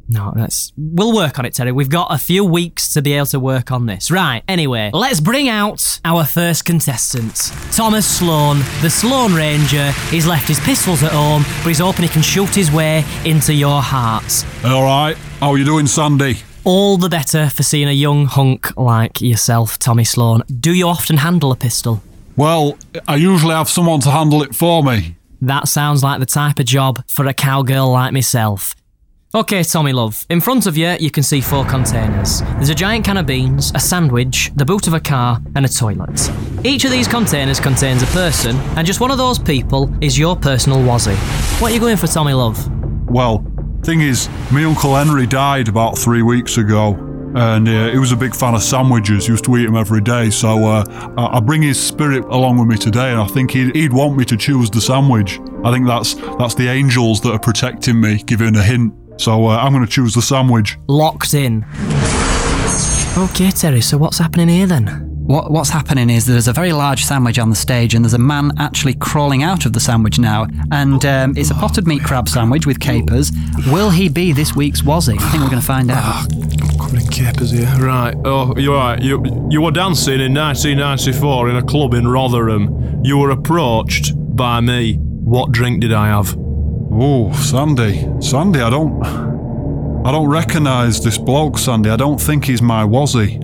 S4: No, that's. We'll work on it, Terry. We've got a few weeks to be able to work on this. Right, anyway, let's bring out our first contestant. Thomas Sloan, the Sloan Ranger. He's left his pistols at home, but he's hoping he can shoot his way into your hearts.
S27: All right. How are you doing, Sandy?
S4: All the better for seeing a young hunk like yourself, Tommy Sloan. Do you often handle a pistol?
S27: Well, I usually have someone to handle it for me.
S4: That sounds like the type of job for a cowgirl like myself. Okay, Tommy love. In front of you, you can see four containers. There's a giant can of beans, a sandwich, the boot of a car, and a toilet. Each of these containers contains a person, and just one of those people is your personal wazzy. What are you going for, Tommy love?
S27: Well, thing is, my Uncle Henry died about three weeks ago, and uh, he was a big fan of sandwiches. Used to eat them every day, so uh, I, I bring his spirit along with me today, and I think he'd, he'd want me to choose the sandwich. I think that's that's the angels that are protecting me, giving a hint. So uh, I'm going to choose the sandwich.
S4: Locked in. Okay, Terry, so what's happening here then?
S3: What, what's happening is there's a very large sandwich on the stage, and there's a man actually crawling out of the sandwich now. And um, it's a potted meat crab sandwich with capers. Will he be this week's Wazzy? I think we're going to find out.
S15: Covering capers here. Right. Oh, you're right. You you were dancing in 1994 in a club in Rotherham. You were approached by me. What drink did I have?
S27: Oh, Sandy, Sandy, I don't, I don't recognise this bloke, Sandy. I don't think he's my wazzy.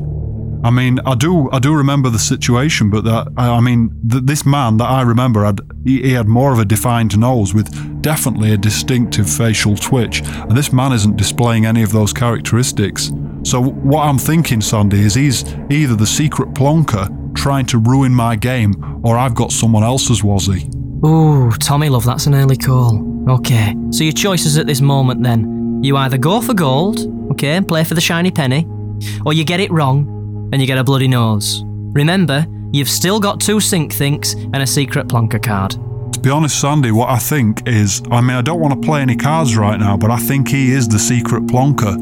S27: I mean, I do, I do remember the situation, but that, I, I mean, th- this man that I remember had, he, he had more of a defined nose with definitely a distinctive facial twitch, and this man isn't displaying any of those characteristics. So what I'm thinking, Sandy, is he's either the secret plonker trying to ruin my game, or I've got someone else's wazzy.
S4: Ooh, Tommy love, that's an early call. Okay, so your choices at this moment then. You either go for gold, okay, and play for the shiny penny, or you get it wrong and you get a bloody nose. Remember, you've still got two sync thinks and a secret plonker card.
S27: To be honest, Sandy, what I think is I mean, I don't want to play any cards right now, but I think he is the secret plonker.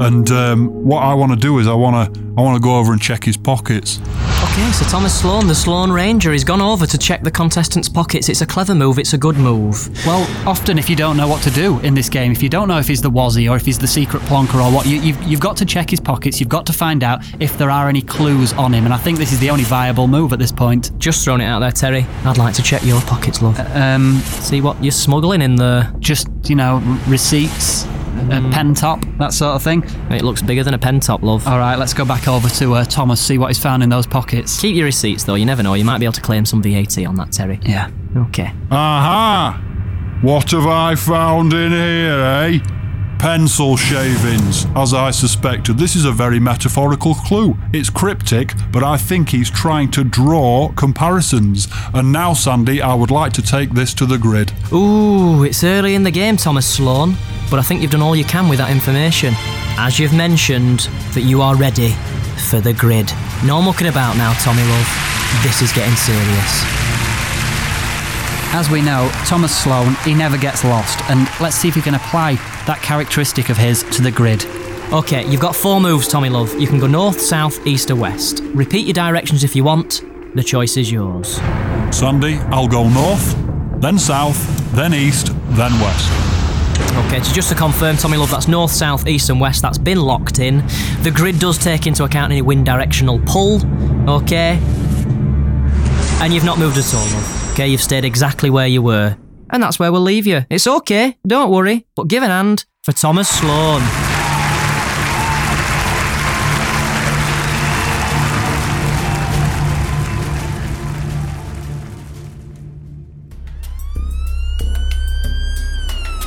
S27: And um, what I want to do is I want to I want to go over and check his pockets.
S4: Okay, Yeah, so Thomas Sloan, the Sloan Ranger, he's gone over to check the contestants' pockets. It's a clever move, it's a good move.
S3: Well, often if you don't know what to do in this game, if you don't know if he's the Wazzy or if he's the secret plonker or what, you, you've, you've got to check his pockets. You've got to find out if there are any clues on him. And I think this is the only viable move at this point.
S4: Just throwing it out there, Terry. I'd like to check your pockets, love. um, see what you're smuggling in there. Mm-hmm.
S3: Just you know, receipts, a pen top, that sort of thing.
S4: It looks bigger than a pen top, love.
S3: All right, let's go back over to uh, Thomas, see what he's found in those pockets.
S4: Keep your receipts, though. You never know. You might be able to claim some VAT on that, Terry.
S3: Yeah.
S4: Okay.
S27: Aha! What have I found in here, eh? Pencil shavings, as I suspected. This is a very metaphorical clue. It's cryptic, but I think he's trying to draw comparisons. And now, Sandy, I would like to take this to the grid.
S4: Ooh, it's early in the game, Thomas Sloan, but I think you've done all you can with that information. As you've mentioned, that you are ready for the grid. No mucking about now, Tommy Love. This is getting serious.
S3: As we know, Thomas Sloan, he never gets lost, and let's see if we can apply that characteristic of his to the grid.
S4: Okay, you've got four moves, Tommy Love. You can go north, south, east, or west. Repeat your directions if you want. The choice is yours.
S27: Sandy, I'll go north, then south, then east, then west.
S4: Okay, so just to confirm, Tommy Love, that's north, south, east, and west. That's been locked in. The grid does take into account any wind directional pull. Okay. And you've not moved at all, love. Okay, you've stayed exactly where you were. And that's where we'll leave you. It's okay, don't worry. But give an hand for Thomas Sloan.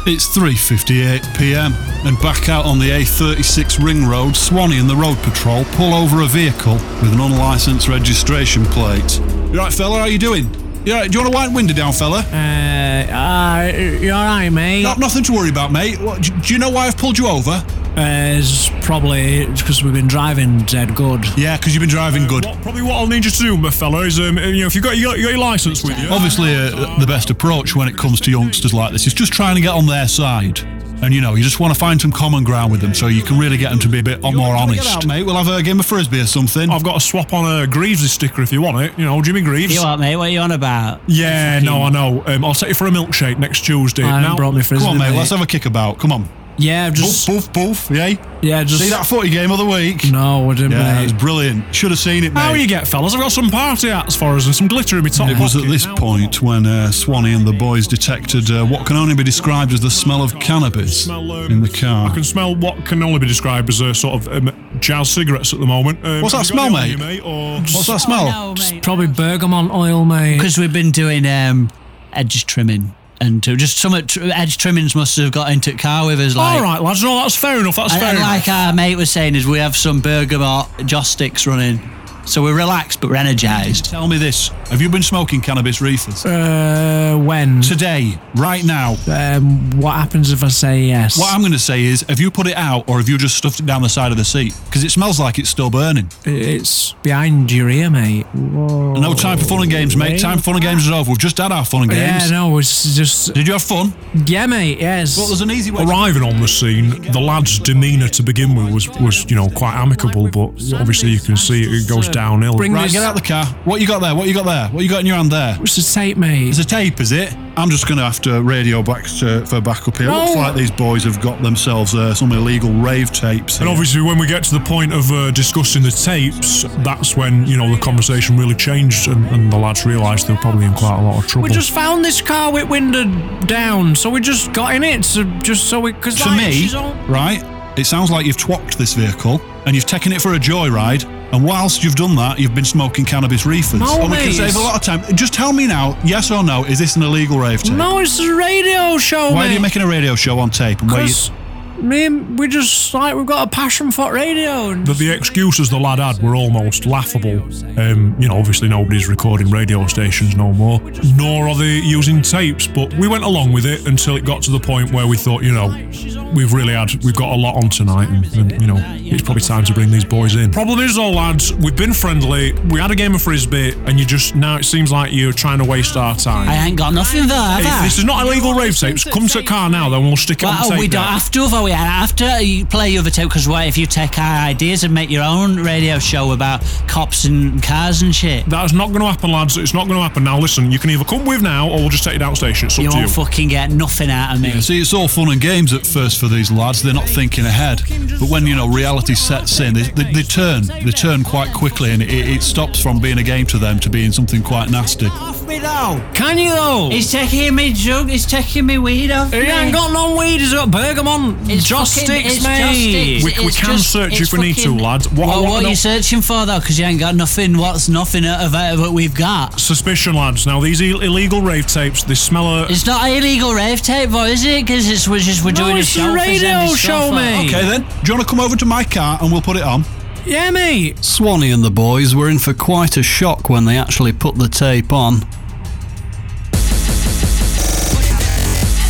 S27: It's 3:58 p.m. and back out on the A36 ring road, Swanee and the road patrol pull over a vehicle with an unlicensed registration plate. You right, fella? How you doing? You right? Do you want to wind window down, fella? Uh, uh you all right, mate? Not nothing to worry about, mate. What, do, do you know why I've pulled you over?
S28: Uh, it's probably because we've been driving dead good.
S27: Yeah, because you've been driving good.
S15: Probably what I'll need you to do, my fella, is um, you know, if you got you got, you got your license with you.
S27: Obviously, uh, the best approach when it comes to youngsters like this is just trying to get on their side. And you know, you just want to find some common ground with them so you can really get them to be a bit more honest. mate. We'll have a game of frisbee or something.
S15: I've got a swap on a Greavesy sticker if you want it. You know, Jimmy Greaves.
S11: You what, mate? What are you on about?
S15: Yeah, no, I know. Um, I'll take you for a milkshake next Tuesday.
S27: I haven't
S15: Now-
S27: brought my frisbee,
S15: Come on, mate.
S27: mate.
S15: Let's have
S27: a kick about. Come on.
S28: Yeah,
S27: just boof, boof, boof. Yeah,
S28: yeah.
S15: just-
S27: see that footy game of the week.
S28: No, I didn't.
S27: Yeah,
S15: mate.
S27: it was brilliant. Should have seen it, mate.
S15: How you get, fellas? I've got some party hats for us and some glitter in my top
S27: It was at
S15: pocket.
S27: this point when uh, Swanee and the boys detected uh, what can only be described as the smell of cannabis in the car.
S15: I can smell what can only be described as a sort of um, jazz cigarettes at the moment. Um,
S27: What's that
S15: have you got
S27: smell,
S15: any on you,
S27: mate? What's that smell?
S28: It's probably bergamot oil, mate.
S11: Because we've been doing um, edge trimming. And
S3: uh,
S11: to just some of tr- edge trimmings must have got into the car with us. Like,
S15: All right, lads. No, that's fair enough. That's
S11: and,
S15: fair
S11: and like
S15: enough.
S11: our mate was saying, is we have some bergamot joss sticks running, so we're relaxed but we're energised.
S27: Tell me this: Have you been smoking cannabis reefers?
S28: Uh, when?
S27: Today, right now.
S28: Um, what happens if I say yes?
S27: What I'm going to say is, have you put it out or have you just stuffed it down the side of the seat? Because it smells like it's still burning.
S28: It's behind your ear, mate. Whoa.
S27: No time for fun and games, mate. Time for fun and games is over. We've just had our fun and games.
S28: Yeah, no, it's just.
S27: Did you have fun?
S28: Yeah, mate. Yes. Well,
S27: there's an easy way.
S15: Arriving on the scene, the lad's demeanour to begin with was, was, you know, quite amicable, but obviously you can see it goes downhill.
S27: Bring right, get out the car. What you got there? What you got there? What you got in your hand there?
S28: It's a tape, mate.
S27: It's a tape, is it? I'm just going to have to radio back to, for backup here. Looks
S15: No.
S28: Oh.
S27: like these boys have got themselves uh, some illegal rave tapes.
S15: And obviously, when we get to the point of uh, discussing the tapes, that's when you know the conversation really changed, and, and the lads realised they were probably in quite a lot of trouble.
S28: We just found this car with window down, so we just got in it, so just so we. Cause
S27: To
S28: like,
S27: me,
S28: she's all-
S27: right, it sounds like you've twocked this vehicle and you've taken it for a joyride. And whilst you've done that, you've been smoking cannabis reefers.
S28: No,
S27: and we can
S28: mate,
S27: save a
S28: it's-
S27: lot of time. Just tell me now, yes or no, is this an illegal rave tape?
S28: No, it's a radio show,
S27: Why
S28: mate.
S27: are you making a radio show on tape? And where you...
S28: 'Cause me and we just like we've got a passion for radio. And
S15: But the excuses the lad had were almost laughable. Um, you know, obviously nobody's recording radio stations no more, nor are they using tapes. But we went along with it until it got to the point where we thought, you know, we've really had, we've got a lot on tonight, and, and you know, it's probably time to bring these boys in. Problem is, though, lads, we've been friendly. We had a game of frisbee, and you just now it seems like you're trying to waste our time.
S11: I ain't got nothing there. have
S15: If
S11: I?
S15: this is not illegal rave tapes, come to the car now, then we'll stick it on
S11: Well,
S15: tape.
S11: we don't
S15: there.
S11: have to, have we?
S3: yeah, after you play your other tape, because what if you take our ideas and make your own radio show about cops and cars and shit?
S15: That's not going to happen, lads. It's not going to happen. Now, listen, you can either come with now or we'll just take it out station. It's up
S3: You
S15: to you.
S3: won't fucking get nothing out of me.
S27: Yeah, see, it's all fun and games at first for these lads. They're not thinking ahead, but when you know reality sets in, they, they, they turn. They turn quite quickly, and it, it stops from being a game to them to being something quite nasty.
S3: Can you though? He's taking me drug. He's taking me weed off. He
S20: ain't got no weed. He's got bergamot.
S3: It's
S20: joss
S3: fucking-
S20: sticks,
S3: it's
S20: mate.
S3: joss sticks.
S20: We- we
S3: It's
S20: can search
S3: it's
S20: if we need to, lads. What I
S3: well,
S20: wanna
S3: what are
S20: know-
S3: you searching for though? Because you ain't got nothing. What's nothing out of it that we've got?
S15: Suspicion, lads. Now, these Ill- illegal rave tapes, they smell a.
S3: It's not an illegal rave tape, though, is it? Because it's we're just we're doing a show. for Zendy Sofa.
S27: uh, Okay, then. Do you want to come over to my car and we'll put it on?
S20: Yeah, mate.
S24: Swanee and the boys were in for quite a shock when they actually put the tape on.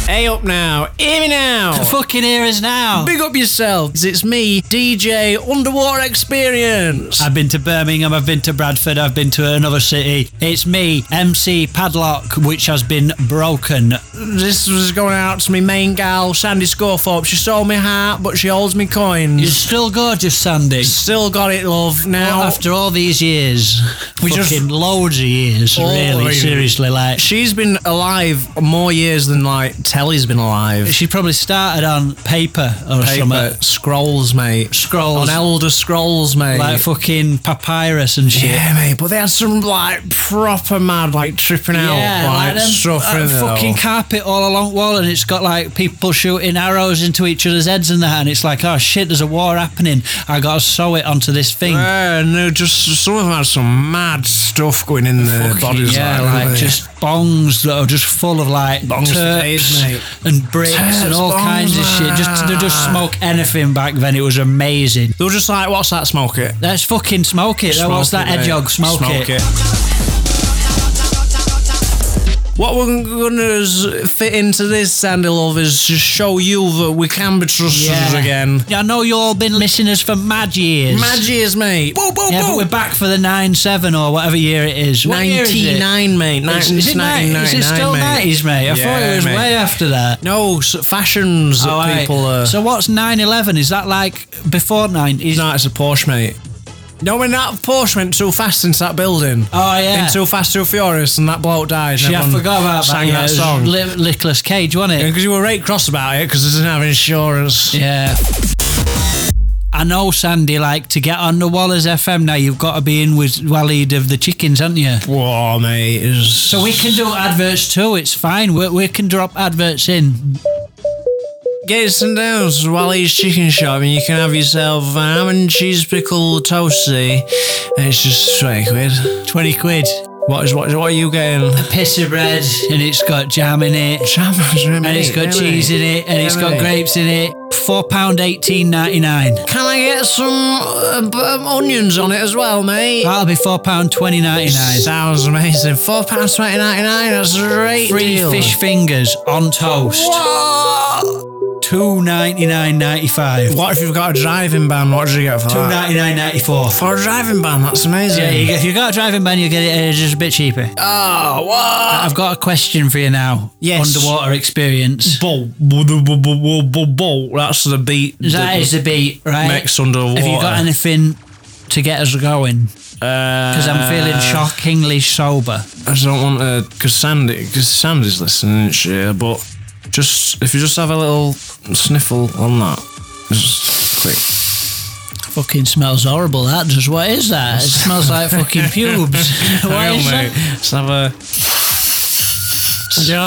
S20: Hey up now, hear me now.
S3: Fucking hear us now.
S20: Big up yourselves. It's me, DJ Underwater Experience.
S3: I've been to Birmingham, I've been to Bradford, I've been to another city. It's me, MC Padlock, which has been broken.
S20: This was going out to me main gal, Sandy Scorthorpe. She sold me heart, but she holds me coins.
S3: You're still gorgeous, Sandy.
S20: Still got it, love. Now
S3: after all these years,
S20: We
S3: fucking
S20: just-
S3: loads of years,
S20: Oh,
S3: really,
S20: really.
S3: seriously, like.
S20: She's been alive more years than like Telly's been alive.
S3: She probably started on paper or
S20: Paper,
S3: something.
S20: Scrolls, mate.
S3: Scrolls.
S20: On Elder Scrolls, mate.
S3: Like fucking papyrus and shit.
S20: Yeah, mate. But they had some like proper mad, like tripping out, Oh, like,
S3: them,
S20: stuff.
S3: uh,
S20: in there,
S3: fucking
S20: though.
S3: carpet all along the wall, and it's got like people shooting arrows into each other's heads and that, and it's like, oh shit, there's a war happening. I gotta sew it onto this thing.
S20: Yeah, no, just some of them had some mad stuff going in their bodies.
S3: yeah, like,
S20: didn't they?
S3: just bongs that are just full of like
S20: Bongs for
S3: turps
S20: days, mate.
S3: and bricks and
S20: Turps,
S3: all
S20: bongs,
S3: kinds of shit. Just they just smoke anything back then. It was amazing.
S20: Ah. They were just like, what's that? Smoke it.
S3: Let's fucking smoke it.
S20: Smoke
S3: what's that
S20: it, mate.
S3: hedgehog? Smoke,
S20: Smoke it. What we're gonna s- fit into this, Sandy Love, is to show you that we can be trusted
S3: Yeah.
S20: again.
S3: I know you all been missing us for mad years.
S20: Mad years, mate. Boom, boom,
S3: yeah,
S20: boom.
S3: but we're back for the nine seven or whatever year it is. What year is it?
S20: 99, mate.
S3: Is, is it
S20: 1999,
S3: 90s? Is it still
S20: mate.
S3: 90s, mate? I thought
S20: Yeah,
S3: it was
S20: mate.
S3: way after that.
S20: No, so fashions that people are.
S3: So what's 9-11? Is that like before 90s?
S20: No, it's a Porsche, mate. No, when that Porsche went too fast into that building.
S3: Oh, yeah.
S20: Been too fast, too furious, and that bloke died. and
S3: Shit, I
S20: everyone
S3: forgot about
S20: sang
S3: that. yeah, it was
S20: song.
S3: Li- Nicolas Cage, wasn't it?
S20: Because you were right cross about it because it doesn't have insurance.
S3: Yeah. I know, Sandy, like, to get on the Wallers FM now, you've got to be in with Waleed of the Chickens, haven't you?
S20: Whoa, mate. it's-
S3: So we can do adverts too, it's fine. We, we can drop adverts in.
S20: Gates and Downs, Wally's Chicken Shop, and you can have yourself a ham and cheese pickle toasty. And it's just 20 quid.
S3: 20 quid.
S20: What is what, is- what are you getting?
S3: piece of bread and it's got jam in it.
S20: Jam in
S3: And it's
S20: it,
S3: got
S20: yeah,
S3: cheese
S20: mate.
S3: in it and
S20: Yeah,
S3: it's got
S20: mate.
S3: grapes in it. Four pound eighteen ninety nine.
S20: Can I get some uh, b- um, onions on it as well, mate?
S3: That'll be four pound twenty ninety nine.
S20: Sounds amazing. Four pounds twenty ninety nine. That's a great
S3: Three
S20: deal.
S3: fish fingers on toast. Two ninety nine ninety five.
S20: What if you've got a driving ban? What do you get for
S3: Two
S20: that?
S3: ninety nine ninety four.
S20: For a driving ban, that's amazing.
S3: Yeah, you get- if you got a driving ban, you get it uh, just a bit cheaper.
S20: Oh, what?
S3: I've got a question for you now.
S20: Yes.
S3: Underwater experience.
S20: Bolt, bolt, bolt, bolt, bolt, bolt. That's the beat.
S3: That is the beat, right?
S20: Next underwater.
S3: Have you got anything to get us going?
S20: Uh,
S3: Because I'm feeling shockingly sober.
S20: I just don't want to, because Sandy, because Sandy's listening, isn't she? But just if you just have a little sniffle on that, just like-
S3: Fucking smells horrible. That does. What is that? It smells like fucking pubes.
S20: Hang
S3: what
S20: on,
S3: is
S20: mate.
S3: that?
S20: Just have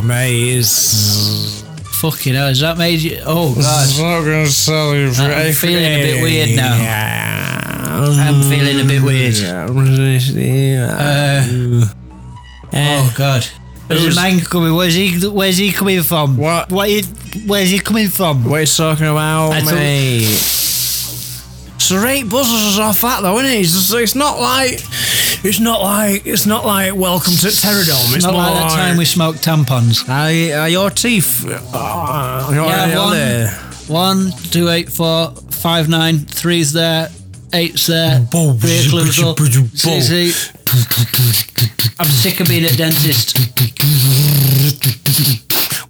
S20: a. Oh, mate, it's.
S3: Fucking hell, has that made you? Oh god, Uh,
S20: not gonna sell you for
S3: I'm feeling a bit weird now. I'm feeling a bit weird. Uh, oh god. Where's the man coming? Where's he? Where's he coming from?
S20: What?
S3: What? Is, where's he coming from?
S20: What are you talking about,
S3: I thought-
S20: mate? So rate buzzes us off that though, isn't it? It's, just- it's not like it's not like it's not like welcome to Pterodome. It's
S3: not like that time we smoked tampons.
S20: Are, are your teeth? Uh, you're
S3: Yeah,
S20: yeah,
S3: one.
S20: there.
S3: One, two, eight, four, five, nine, three's there, eight's there,
S20: Boom.
S3: three occlusal, six, eight. I'm sick of being a dentist.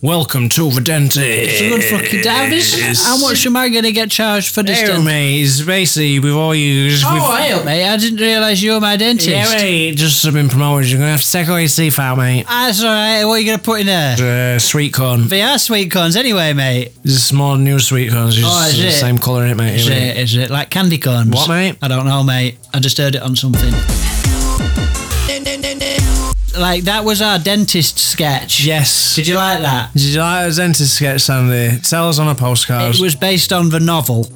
S20: Welcome to the dentist.
S3: It's a good fucking Davis. How much am I going to get charged for this?
S20: Hey,
S3: dent-
S20: mate, it's basically we've all used.
S3: Oh,
S20: we've,
S3: hey, mate. I didn't realise you were my dentist.
S20: Yeah, mate, just have been promoted. You're gonna have to take all your teeth out, mate.
S3: That's all right. Ah, What are you going to put in there?
S20: Uh, sweet corn.
S3: They are sweet cones anyway, mate.
S20: This is more new sweet corns. It's
S3: Oh, is
S20: the
S3: it?
S20: same colour in it, mate.
S3: Is
S20: isn't
S3: it? Is it like candy corns?
S20: What, mate?
S3: I don't know, mate. I just heard it on something. Like that was our dentist sketch.
S20: Yes.
S3: Did you like that?
S20: Did you like the dentist sketch, Sandy? Tell us on a postcard.
S3: It was based on the novel.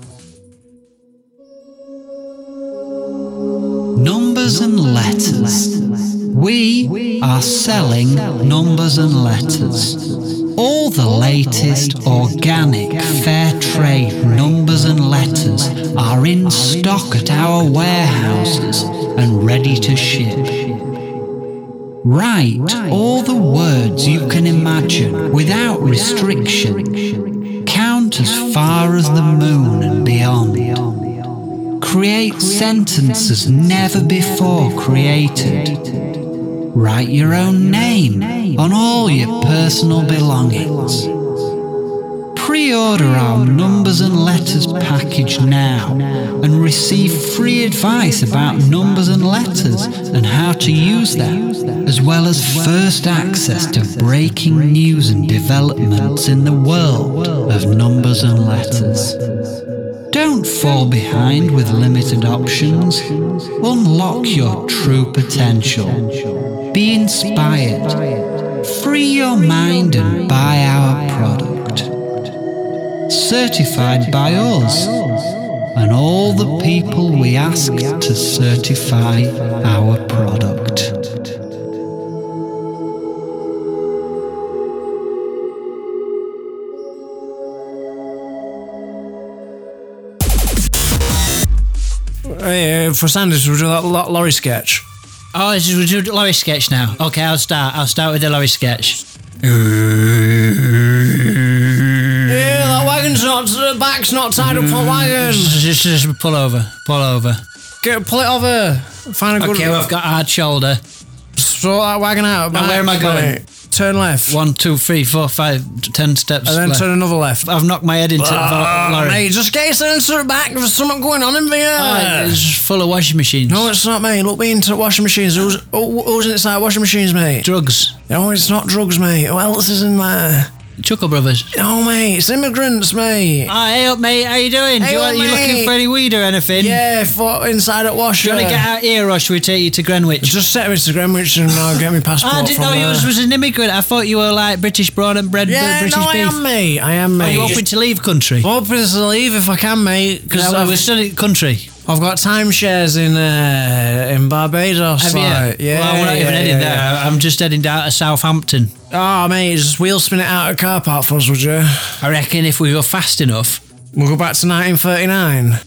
S3: Numbers and letters. We are selling numbers and letters. All the latest organic fair trade numbers and letters are in stock at our warehouses and ready to ship. Write all the words you can imagine without restriction. Count as far as the moon and beyond. Create sentences never before created. Write your own name on all your personal belongings. Pre order our numbers and letters package now and receive free advice about numbers and letters and how to use them, as well as first access to breaking news and developments in the world of numbers and letters. Don't fall behind with limited options. Unlock your true potential. Be inspired. Free your mind and buy our product. Certified by us and all the people we asked to certify our product.
S20: Hey, uh, for Sanders, we'll do that lo- lorry sketch.
S3: Oh, this is we do Lorry sketch now. Okay, I'll start. I'll start with the Lorry sketch.
S20: Yeah, that wagon's not, the back's not tied up for a wagon.
S3: Just, just pull over. Pull over.
S20: Get, pull it over. Find a good
S3: Okay, I've got a hard shoulder.
S20: Throw that wagon out.
S3: Now, where am I going?
S20: Turn left.
S3: One, two, three, four, five, t- ten steps.
S20: And then
S3: left.
S20: turn another left.
S3: I've knocked my head into
S20: Ah,
S3: the lorry.
S20: mate, just get your sensor back. There's something going on in there.
S3: Oh, it's just full of washing machines.
S20: No, it's not, mate. Look, me into washing machines. Who's, who- who's inside washing machines, mate?
S3: Drugs.
S20: No, it's not drugs, mate. Who else is in there?
S3: Chuckle Brothers.
S20: No, mate. It's immigrants, mate.
S3: Ah, hey up, mate. How you doing? Do
S20: Hey
S3: you,
S20: up,
S3: want, you
S20: mate.
S3: looking for any weed or anything?
S20: Yeah, for inside at
S3: Do
S20: washer.
S3: you want to get out here, or should we take you to Greenwich? Ah,
S20: Just set me to Greenwich and I'll get my passport.
S3: I didn't
S20: from
S3: know
S20: there.
S3: yours was an immigrant. I thought you were like British born and bred,
S20: Yeah,
S3: British
S20: no, I
S3: beef.
S20: am, mate. I am,
S3: Are
S20: mate.
S3: you offering to leave country?
S20: I'm hoping to leave if I can, mate. Because
S3: No, we're still in country.
S20: I've got timeshares in uh, in Barbados.
S3: Have you?
S20: like, Yeah,
S3: well, we're not
S20: yeah,
S3: even heading
S20: yeah,
S3: there.
S20: yeah.
S3: I'm just heading down to Southampton.
S20: Oh, mate, just wheel spin it out of car park for us, would you?
S3: I reckon if we go fast enough.
S20: We'll go back to 1939.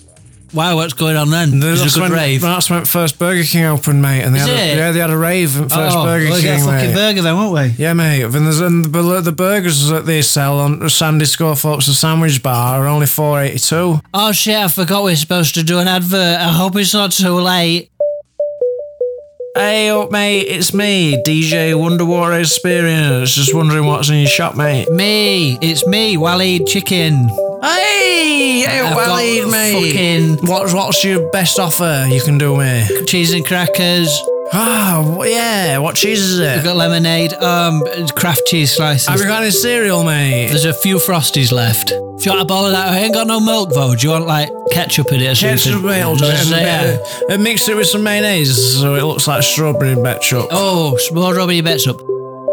S3: Wow, what's going on then? There's
S20: That's
S3: a good
S20: when,
S3: rave.
S20: That's when first Burger King opened, mate. And they
S3: Is
S20: had
S3: it?
S20: A, yeah, they had a rave at first
S3: Oh,
S20: Burger
S3: we'll
S20: King.
S3: get a fucking
S20: mate.
S3: burger then, won't we?
S20: Yeah, mate. And, there's, and the, bur- the burgers that they sell on Sandy Scoreforks and Sandwich Bar are only 4.82.
S3: Oh shit, I forgot we're supposed to do an advert. I hope it's not too late.
S20: Hey up, mate, it's me, DJ Wonderwater Experience. Just wondering what's in your shop, mate.
S3: Me, it's me, Wally Chicken.
S20: Hey, hey
S3: I've
S20: up,
S3: got
S20: Waleed, mate.
S3: Fucking
S20: What's what's your best offer you can do, mate?
S3: cheese and crackers.
S20: Ah, wh- yeah. What cheese is
S3: We've
S20: it?
S3: got lemonade, um, craft cheese slices.
S20: Have you got any cereal, mate?
S3: There's a few frosties left. If you want a bottle of that, I ain't got no milk though. Do you want like ketchup in it or
S20: Ketchup,
S3: something?
S20: mate. I'll do it.
S3: Just
S20: And,
S3: say, uh,
S20: uh, uh, mix it with some mayonnaise so it looks like strawberry ketchup.
S3: Oh, more rubbery bits up.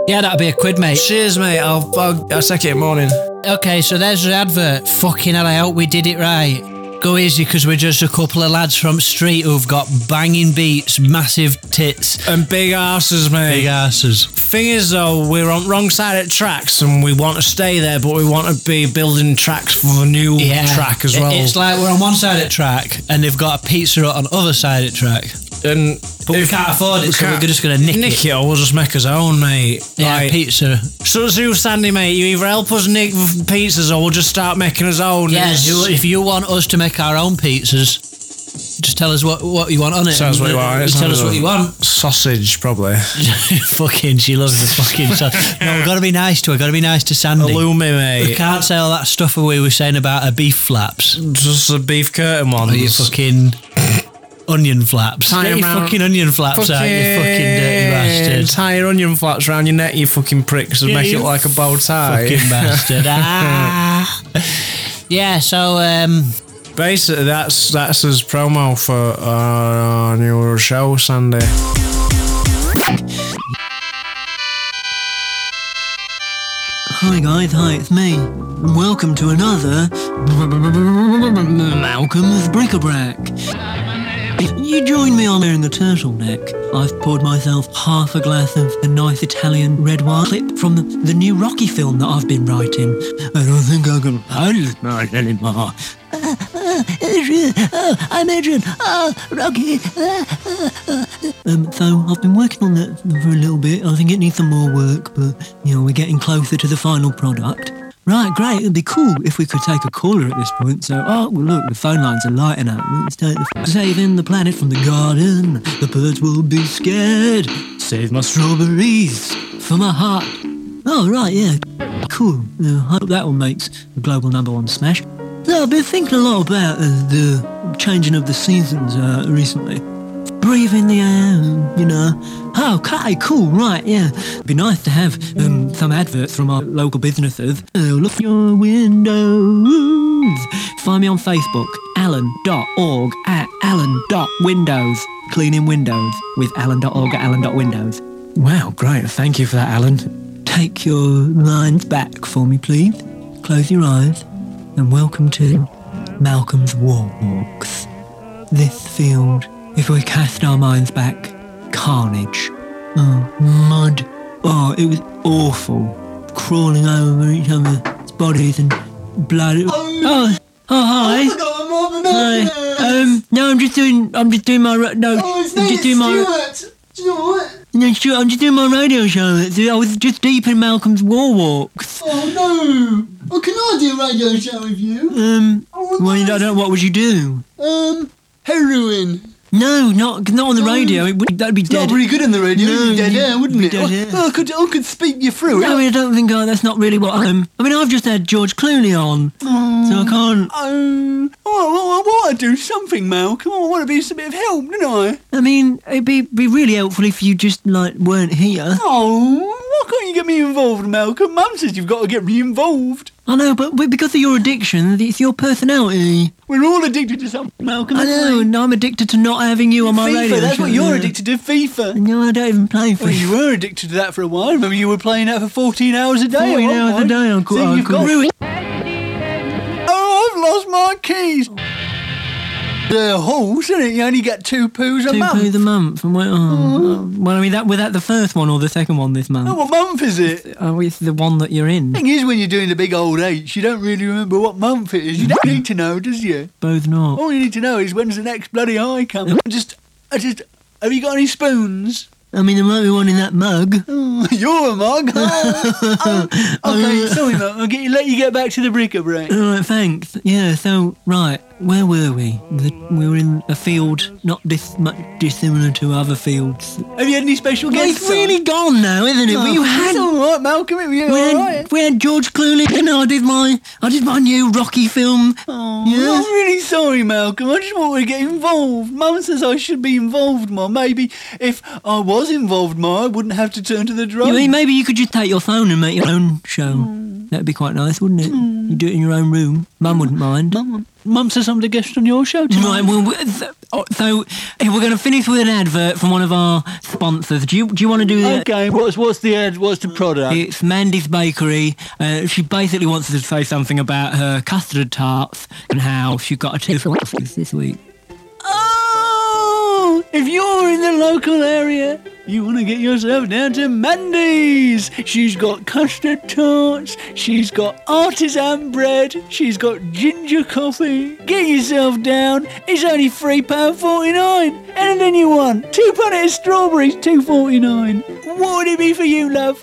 S3: Yeah, that'll be a quid, mate.
S20: Cheers, mate. I'll, I'll, I'll take it in the morning.
S3: Okay, so there's the advert. Fucking hell, I hope we did it right. Go easy, because we're just a couple of lads from street who've got banging beats, massive tits.
S20: And big asses, mate.
S3: Big asses.
S20: Thing is, though, we're on wrong side of tracks, and we want to stay there, but we want to be building tracks for the new track as
S3: It-
S20: well.
S3: It's like we're on one side of track and they've got a pizza hut on other side of track.
S20: and
S3: But we
S20: if-
S3: can't afford it,
S20: we
S3: so we're
S20: can't-
S3: just going to nick,
S20: nick it, or we'll just make us own, mate.
S3: Yeah,
S20: Like-
S3: pizza.
S20: So it's you, Sandy, mate. You either help us nick v- pizzas, or we'll just start making us own.
S3: Yeah,
S20: It's-
S3: you, if you want us to make our own pizzas, just
S16: Just tell us what, what you want on it.
S20: Sounds what you want.
S16: Just
S20: It's
S16: tell
S20: not
S16: us
S20: a-
S16: what you want.
S20: Sausage, probably.
S16: fucking, she loves the fucking sausage. No, we've got to be nice to her. Got to be nice to Sandy.
S20: Halloumi, mate.
S16: We can't say all that stuff we were saying about her beef flaps.
S20: Just the beef curtain ones.
S16: Are you fucking onion flaps?
S20: Tie
S16: Get
S20: 'em
S16: your
S20: round-
S16: fucking onion flaps out, you fucking dirty bastard.
S20: Tie your onion flaps round your neck, you fucking pricks, and
S16: Yeah,
S20: make it
S16: you
S20: like a bow tie.
S16: fucking bastard. Ah. Yeah, so um
S20: basically that's that's his promo for our, our new show Sunday.
S16: Hi guys, hi, it's me. And welcome to another Malcolm's Bric-a-Brac. If you join me on wearing a turtleneck, I've poured myself half a glass of the nice Italian red wine clip from the, the new Rocky film that I've been writing. I don't think I can handle it much anymore.
S12: Adrian, oh, Uh, I'm Adrian. Oh, Rocky. Uh,
S16: Um, so I've been working on that for a little bit. I think it needs some more work, but you know we're getting closer to the final product. Right, great. It'd be cool if we could take a caller at this point. So, oh, well, look, the phone lines are lighting up. Let's take the f- saving the planet from the garden. The birds will be scared. Save my strawberries for my heart. Oh, right, yeah, cool. Uh, I hope that one makes a global number one smash. So I've been thinking a lot about uh, the changing of the seasons uh, recently breathe in the air, you know. Oh, okay, cool, right, yeah. Be nice to have um, some adverts from our local businesses. Oh, look through your windows. Find me on Facebook, alan.org at alan.windows. Cleaning windows with alan.org at alan.windows. Wow, great. Thank you for that, Alan. Take your lines back for me, please. Close your eyes and welcome to Malcolm's War Walks. This field, if we cast our minds back, carnage. Oh, mud. Oh, it was awful. Crawling over each other's bodies and blood. Oh, oh hi. Hi. Um, no, I'm just doing. I'm just doing my. ra- No, I'm just doing my. No, Stuart, I'm just doing my radio show. I was just deep in Malcolm's war walks.
S12: Oh no! Well, can I do a radio show with you?
S16: Um,
S12: Oh,
S16: well, I don't know. What would you do?
S12: Um, heroin.
S16: No, not not on the
S12: No.
S16: radio. It would, that'd be
S12: It's
S16: dead.
S12: not very good on the radio.
S16: No,
S12: it'd be dead
S16: you-
S12: air, wouldn't
S16: be
S12: it?
S16: dead
S12: I-
S16: air.
S12: I, could, I could speak you through it.
S16: I mean, I don't think I, that's not really what I'm. I mean, I've just had George Clooney on, so I can't.
S12: Mm. Um, oh, I, I want to do something, Malcolm. I want to be a bit of help, don't I?
S16: I mean, it'd be, be really helpful if you just like weren't here.
S12: Oh, why can't you get me involved, Malcolm? Mum says you've got to get me involved.
S16: I know, but we- because of your addiction, it's your personality.
S12: We're all addicted to something, Malcolm.
S16: I
S12: aren't
S16: know,
S12: we?
S16: and I'm addicted to not having you on my
S12: FIFA,
S16: radio.
S12: that's what
S16: show.
S12: you're addicted to, FIFA.
S16: No, I don't even play FIFA.
S12: Well, you were addicted to that for a while. Remember, you were playing that for 14 hours a day. at
S16: 14
S12: one
S16: hours a
S12: point.
S16: day, Uncle-
S12: So you've
S16: Uncle.
S12: got
S16: Ruined.
S12: Oh, I've lost my keys. The horse, isn't it? You only get two poos a
S16: Two
S12: month. Mm.
S16: poos a month. And went, oh, Well, I mean, that was that the first one or the second one this month?
S12: Oh, what month is it?
S16: Oh, it's the one that you're in.
S12: thing is, when you're doing the big old H, you don't really remember what month it is. You don't need to know, does you?
S16: Both not.
S12: All you need to know is when's the next bloody eye coming. I just, I just, have you got any spoons?
S16: I mean, there might be one in that mug.
S12: You're a mug. Oh, oh, okay, sorry, mate. I'll get you, let you get back to the bric-a-brac.
S16: All right, thanks. Yeah, so, right, where were we? The, we were in a field not dis, much dissimilar to other fields.
S12: Have you had any special
S16: Well,
S12: guests?
S16: it's really gone now, isn't it?
S12: Oh,
S16: we
S12: it's
S16: had,
S12: all right, Malcolm. It was
S16: we,
S12: all
S16: had
S12: right.
S16: we had George Clooney, and I did my I did my new Rocky film.
S12: I'm really sorry, Malcolm. I just want to get involved. Mum says I should be involved more. Maybe if I was involved more, I wouldn't have to turn to the drugs.
S16: You mean maybe you could just take your phone and make your own show? That'd be quite nice, wouldn't it? You do it in your own room. Mum wouldn't mind. Hmm. Mum,
S12: Mum says I'm the guest on your show
S16: tonight. Right, well, we- th- oh, so eh, we're going to finish with an advert from one of our sponsors. Do you do you want to do that?
S12: Okay. What's what's the ad? What's the product?
S16: It's Mandy's Bakery. Uh, she basically wants us to say something about her custard tarts and how she got a two for breakfast this week.
S12: Oh, if you're in the local area, you want to get yourself down to Mandy's. She's got custard tarts, she's got artisan bread, she's got ginger coffee. Get yourself down. It's only £3.49. Anything you want. Two packets of strawberries, two forty nine. What would it be for you, love?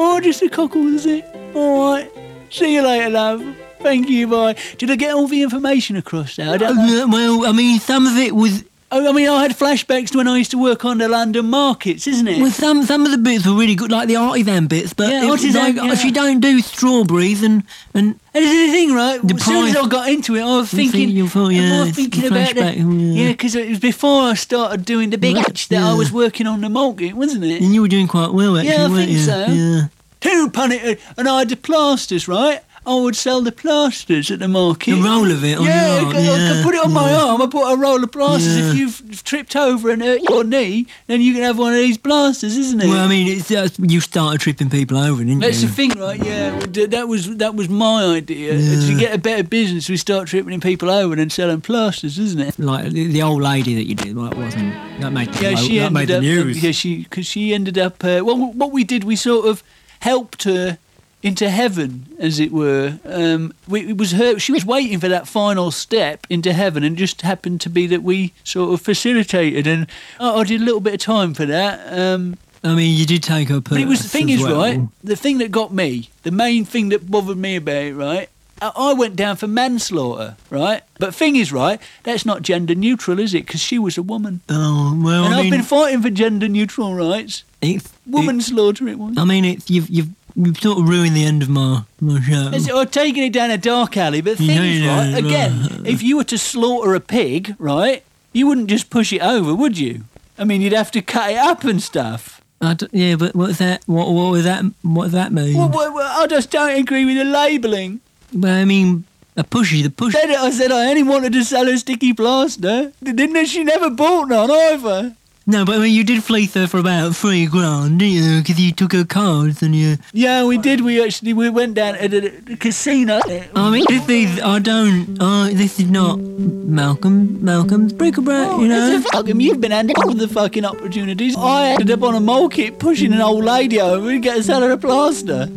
S12: Oh, just a cockle, is it? All right. See you later, love. Thank you, boy. Did I get all the information across there? I don't
S3: Uh,
S12: know. Well, I mean, some of it was. I mean, I had flashbacks to when I used to work on the London markets, isn't it?
S16: Well, some some of the bits were really good, like the artisan bits. But
S12: Yeah,
S16: if,
S12: artisan,
S16: like,
S12: yeah.
S16: if you don't do strawberries and and
S12: And this is the thing, right?
S16: The
S12: as soon as
S16: pie-
S12: I got into it, I was
S16: You think
S12: thinking,
S16: you thought,
S12: am I
S16: yeah, it's
S12: thinking
S16: the
S12: about
S16: flashback,
S12: that.
S16: mm, yeah.
S12: Yeah, because it was before I started doing the big
S16: Right,
S12: hatch that I
S16: yeah.
S12: was working on the market, wasn't it?
S16: and you were doing quite well actually.
S12: yeah, I
S16: weren't
S12: think
S16: you?
S12: so.
S16: Yeah.
S12: Two punnet, and I had the plasters, right? I would sell the plasters at the market. The roll
S16: of it on
S12: yeah,
S16: your arm,
S12: I could, I could
S16: yeah,
S12: put it on my
S16: yeah.
S12: arm. I put a roll of plasters.
S16: Yeah.
S12: If you've tripped over and hurt your knee, then you can have one of these plasters, isn't it?
S16: Well, I mean, it's, that's, you started tripping people over, didn't
S12: That's
S16: you?
S12: the thing, right? Yeah, d- that was that was my idea. To get a better business, we start tripping people over and then selling plasters, isn't it?
S16: Like the, the old lady that you did, like wasn't that made the,
S12: Yeah,
S16: mo-
S12: she
S16: that
S12: ended
S16: made the
S12: up.
S16: news?
S12: Yeah, she because she ended up. Uh, well, what we did, we sort of helped her into heaven, as it were. Um, we, it was her. She was waiting for that final step into heaven, and just happened to be that we sort of facilitated. And I, I did a little bit of time for that. Um,
S16: I mean, you did take her.
S12: but it was the
S16: purse
S12: thing
S16: as
S12: is
S16: well.
S12: right. The thing that got me, the main thing that bothered me about it, right. I- I went down for manslaughter, right? But thing is, right, that's not gender neutral, is it? Because she was a woman.
S16: Oh well,
S12: and
S16: I
S12: I've
S16: mean,
S12: been fighting for gender neutral rights.
S16: It's,
S12: Woman slaughter, it was.
S16: I mean, it's you've you've you've sort of ruined the end of my my show.
S12: It's- Or taking it down a dark alley, but
S16: You
S12: things,
S16: know, you
S12: right?
S16: know,
S12: Again, if you were to slaughter a pig, right, you wouldn't just push it over, would you? I mean, you'd have to cut it up and stuff.
S16: I d- yeah, but what's that? What what was that? What does that mean?
S12: Well, well, well, I just don't agree with the labelling.
S16: But I mean, a pushy, the push.
S12: Then I said I only wanted to sell a sticky plaster. Didn't she never bought none either?
S16: No, but I mean, you did fleece her for about three grand, didn't you? Because you took her cards and you.
S12: Yeah, we did. We actually we went down to the, the casino.
S16: I mean, this is I don't. Uh, this is not Malcolm. Malcolm's bric-a-brac,
S12: Oh,
S16: you know.
S12: Fuck 'em, you've been handed all the fucking opportunities. I ended up on a market pushing an old lady over and get a salad of plaster.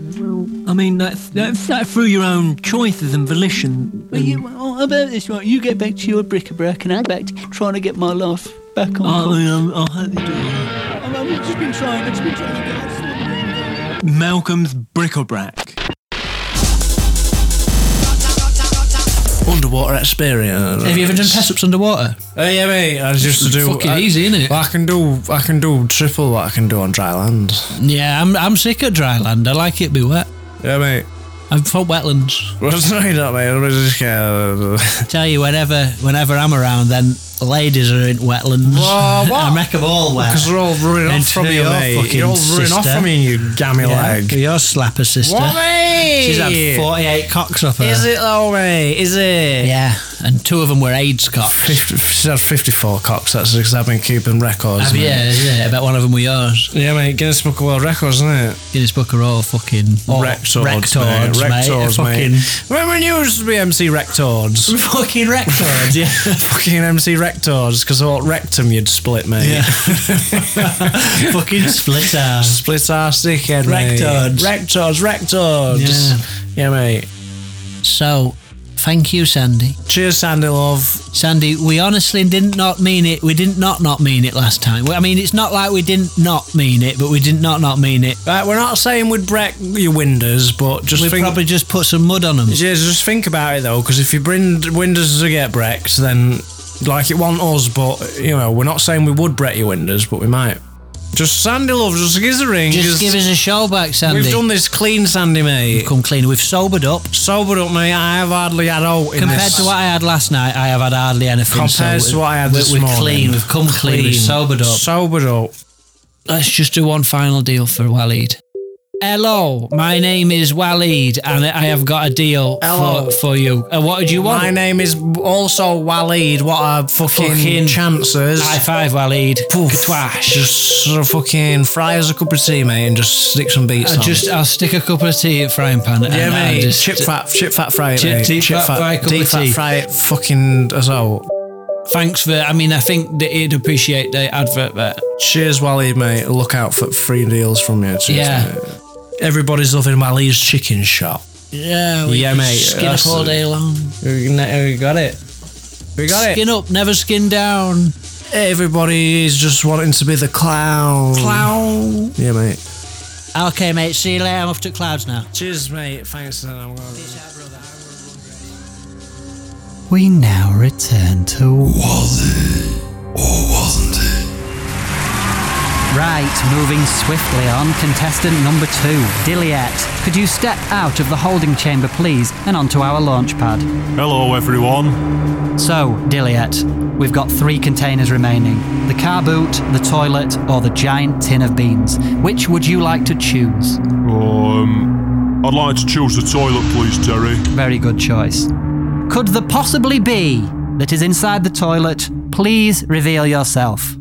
S16: I mean, that's that's that through your own choices and volition.
S12: Well, you, well, how about this, right? You get back to your bric-a-brac and I'm back to trying to get my life back on
S16: Oh,
S12: course.
S16: um, I hope you do.
S12: I've I've just been trying, I've just been trying to get out of it.
S10: Malcolm's bric-a-brac.
S20: Underwater experience.
S11: Have you ever done test ups underwater?
S20: Uh, yeah, mate. I used to
S11: It's
S20: do.
S11: fucking
S20: I,
S11: easy, innit?
S20: I can do. I can do triple what I can do on dry land.
S11: Yeah, I'm, I'm sick of dry land. I like it be wet.
S20: Yeah, mate.
S11: I'm from wetlands.
S20: Well, no, you're not, mate. I'm just scared.
S11: Tell you, whenever whenever I'm around, then ladies are in wetlands.
S20: Oh, what?
S11: I make them all wet.
S20: Because they're all running
S11: And
S20: off from
S11: to
S20: you,
S11: your
S20: mate.
S11: fucking
S20: You're all running off
S11: sister.
S20: from me, you gammy
S11: Yeah,
S20: leg.
S11: Your slapper sister.
S20: What, mate?
S11: She's had 48 cocks off her.
S20: Is it though, mate? Is it?
S11: Yeah, and two of them were AIDS cocks.
S20: 50, she's had 54 cocks, that's because I've been keeping records.
S11: Have you?
S20: mate.
S11: yeah, yeah, about one of them were yours.
S20: Yeah, mate, Guinness Book of World Records, isn't it?
S11: Guinness Book are all fucking
S20: Rectords,
S11: rectords,
S20: mate.
S11: mate.
S20: Rectords,
S11: Fucking-
S20: mate. Remember when you used to be MC Rectords?
S11: Fucking rectords, yeah.
S20: fucking MC Rectords, because what rectum you'd split, mate.
S11: fucking split ass.
S20: Split ass dickhead, mate.
S11: Rectords.
S20: Rectords, rectords. Yeah. mate.
S11: So, thank you, Sandy.
S20: Cheers, Sandy love.
S11: Sandy, we honestly didn't not mean it. We didn't not not mean it last time. I mean, it's not like we didn't not mean it, but we didn't not not mean it.
S20: Right, Uh, we're not saying we'd wreck your windows, but just
S11: we
S20: think-
S11: probably just put some mud on them.
S20: Yeah, just think about it though, because if your brin- windows get wrecked, then like it wasn't us, but you know, we're not saying we would wreck your windows, but we might. Just Sandy love, just give us a ring.
S11: Just give us a show back, Sandy.
S20: We've done this clean, Sandy, mate. We've
S11: come clean. We've sobered up.
S20: Sobered up, mate. I have hardly had out in
S11: Compared
S20: this.
S11: to what I had last night, I have had hardly anything.
S20: Compared
S11: so
S20: to what I had
S11: we're,
S20: this
S11: we're
S20: morning.
S11: clean. We've come clean. We've
S20: Clean.
S11: sobered up.
S20: Sobered up.
S11: Let's just do one final deal for Waleed. Hello, my name is Waleed, and I have got a deal
S20: Hello.
S11: for, for you. Uh, what did you want?
S20: My name is also Waleed. What are fucking,
S11: Fucking
S20: chances?
S11: High five, Waleed. Twash.
S20: Just sort of fucking fry us a cup of tea, mate, and just stick some beats
S11: I
S20: on.
S11: Uh, just I'll stick a cup of tea in frying pan. and
S20: Yeah,
S11: I'll
S20: mate.
S11: just-
S20: chip fat, chip fat fry it,
S11: Chip-
S20: mate.
S11: chip fat fry, cup of
S20: deep fat
S11: tea.
S20: fry it, fucking as well.
S11: Thanks for. I mean, I think that he'd appreciate the advert there.
S20: Cheers, Wally, mate. Look out for free deals from you. Cheers,
S11: Yeah.
S20: mate. Everybody's loving Wally's chicken shop.
S11: Yeah,
S20: Yeah,
S11: can
S20: mate,
S11: Skin up
S20: that's-
S11: all day long.
S20: We we got it. We got it.
S11: Skin up, never skin down.
S20: Everybody's just wanting to be the clown.
S11: Clown.
S20: Yeah, mate.
S11: Okay, mate. See you later. I'm off to clouds now.
S20: Cheers, mate. Thanks, and I'm going.
S3: We now return to Wally.
S7: Oh,
S3: Right, moving swiftly on, contestant number two, Dilliette. Could you step out of the holding chamber, please, and onto our launch pad?
S15: Hello, everyone.
S3: So, Dilliette, we've got three containers remaining the car boot, the toilet, or the giant tin of beans. Which would you like to choose?
S15: Um, I'd like to choose the toilet, please, Terry.
S3: Very good choice. Could the possibly be that is inside the toilet? Please reveal yourself.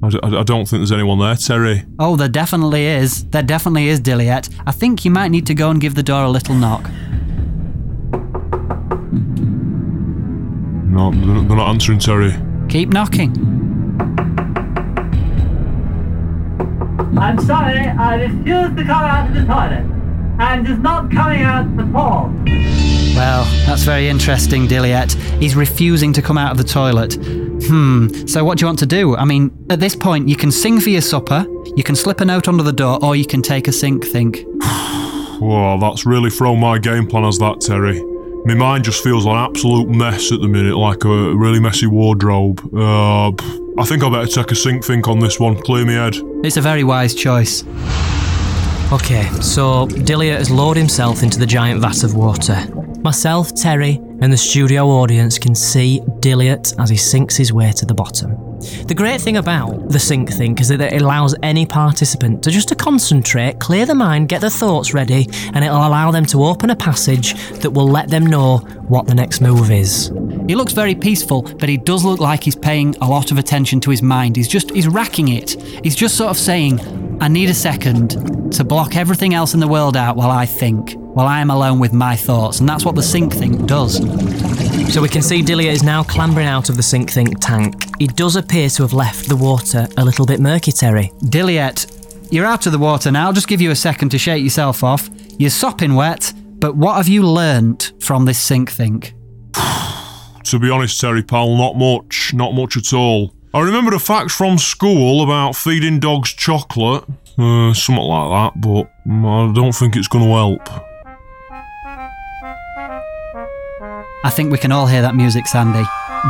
S15: I, d- I don't think there's anyone there, Terry.
S3: Oh, there definitely is. There definitely is, Dilliette. I think you might need to go and give the door a little knock.
S15: No, they're not- they're not answering, Terry.
S3: Keep knocking.
S6: I'm sorry, I refuse to come out of the toilet. And is not coming out at all.
S3: Well, that's very interesting, Dilliette. He's refusing to come out of the toilet. Hmm, so what do you want to do? I mean, at this point, you can sing for your supper, you can slip a note under the door, or you can take a sink think.
S15: Whoa, that's really thrown my game plan as that, Terry. My mind just feels like an absolute mess at the minute, like a really messy wardrobe. Uh, pff, I think I better take a sink think on this one, clear me head.
S3: It's a very wise choice.
S4: Okay, so Dilliot has lowered himself into the giant vat of water. Myself, Terry, and the studio audience can see Dilliot as he sinks his way to the bottom. The great thing about the sink think is that it allows any participant to just to concentrate, clear their mind, get their thoughts ready, and it'll allow them to open a passage that will let them know what the next move is.
S29: He looks very peaceful, but he does look like he's paying a lot of attention to his mind. He's just he's racking it. He's just sort of saying, I need a second to block everything else in the world out while I think, while I am alone with my thoughts. And that's what the sink thing does.
S4: So we can see Dilliot is now clambering out of the sink think tank. He does appear to have left the water a little bit murky, Terry.
S3: Dilliette, you're out of the water now. I'll just give you a second to shake yourself off. You're sopping wet, but what have you learnt from this sink think?
S15: To be honest, Terry, pal, not much. Not much at all. I remember the facts from school about feeding dogs chocolate, uh, something like that, but mm, I don't think it's going to help.
S3: I think we can all hear that music, Sandy.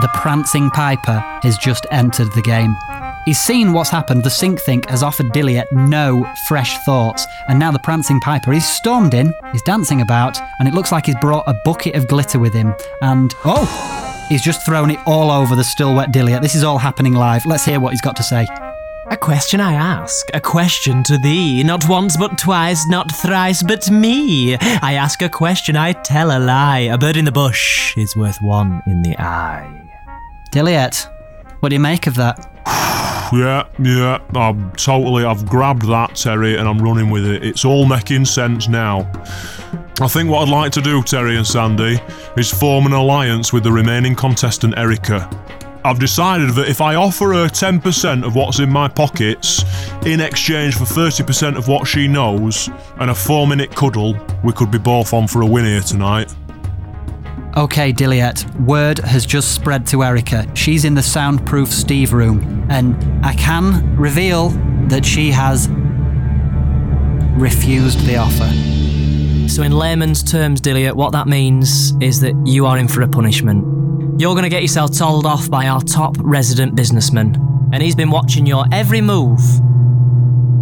S3: The prancing piper has just entered the game. He's seen what's happened. The Sink Think has offered Dilliot no fresh thoughts, and now the prancing piper is stormed in, he's dancing about, and it looks like he's brought a bucket of glitter with him. And oh, he's just thrown it all over the still wet Dilliot. This is all happening live. Let's hear what he's got to say.
S30: A question I ask, a question to thee, not once but twice, not thrice but me. I ask a question, I tell a lie. A bird in the bush is worth one in the eye.
S3: Dilliot, what do you make of that?
S15: Yeah, yeah, I'm totally. I've grabbed that, Terry, and I'm running with it. It's all making sense now. I think what I'd like to do, Terry and Sandy, is form an alliance with the remaining contestant, Erica. I've decided that if I offer her 10% of what's in my pockets in exchange for 30% of what she knows and a four minute cuddle, we could be both on for a win here tonight.
S3: Okay, Dilliot, word has just spread to Erica. She's in the soundproof Steve room, and I can reveal that she has refused the offer.
S4: So, in layman's terms, Dilliot, what that means is that you are in for a punishment. You're going to get yourself told off by our top resident businessman, and he's been watching your every move.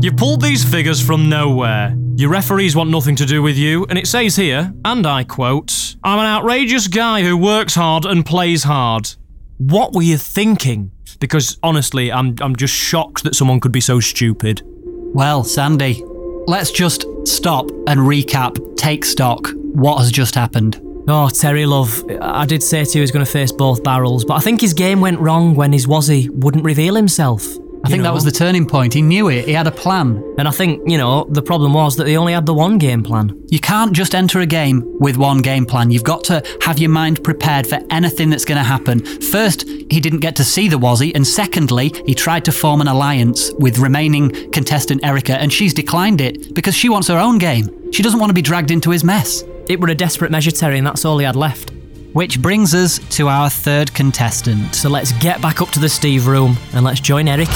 S10: You pulled these figures from nowhere. Your referees want nothing to do with you, and it says here, and I quote, I'm an outrageous guy who works hard and plays hard. What were you thinking? Because honestly, I'm, I'm just shocked that someone could be so stupid.
S29: Well, Sandy, let's just stop and recap. Take stock. What has just happened?
S4: Oh, Terry Love, I did say to you he was going to face both barrels, but I think his game went wrong when his Wazzy wouldn't reveal himself.
S29: I think that was the turning point. He knew it. He had a plan.
S4: Um, And I think, you know, the problem was that they only had the one game plan.
S29: You can't just enter a game with one game plan. You've got to have your mind prepared for anything that's going to happen. First, he didn't get to see the Wazzy, and secondly, he tried to form an alliance with remaining contestant Erica, and she's declined it because she wants her own game. She doesn't want to be dragged into his mess.
S4: It were a desperate measure, Terry, and that's all he had left.
S29: Which brings us to our third contestant.
S4: So let's get back up to the Steve room and let's join Erica.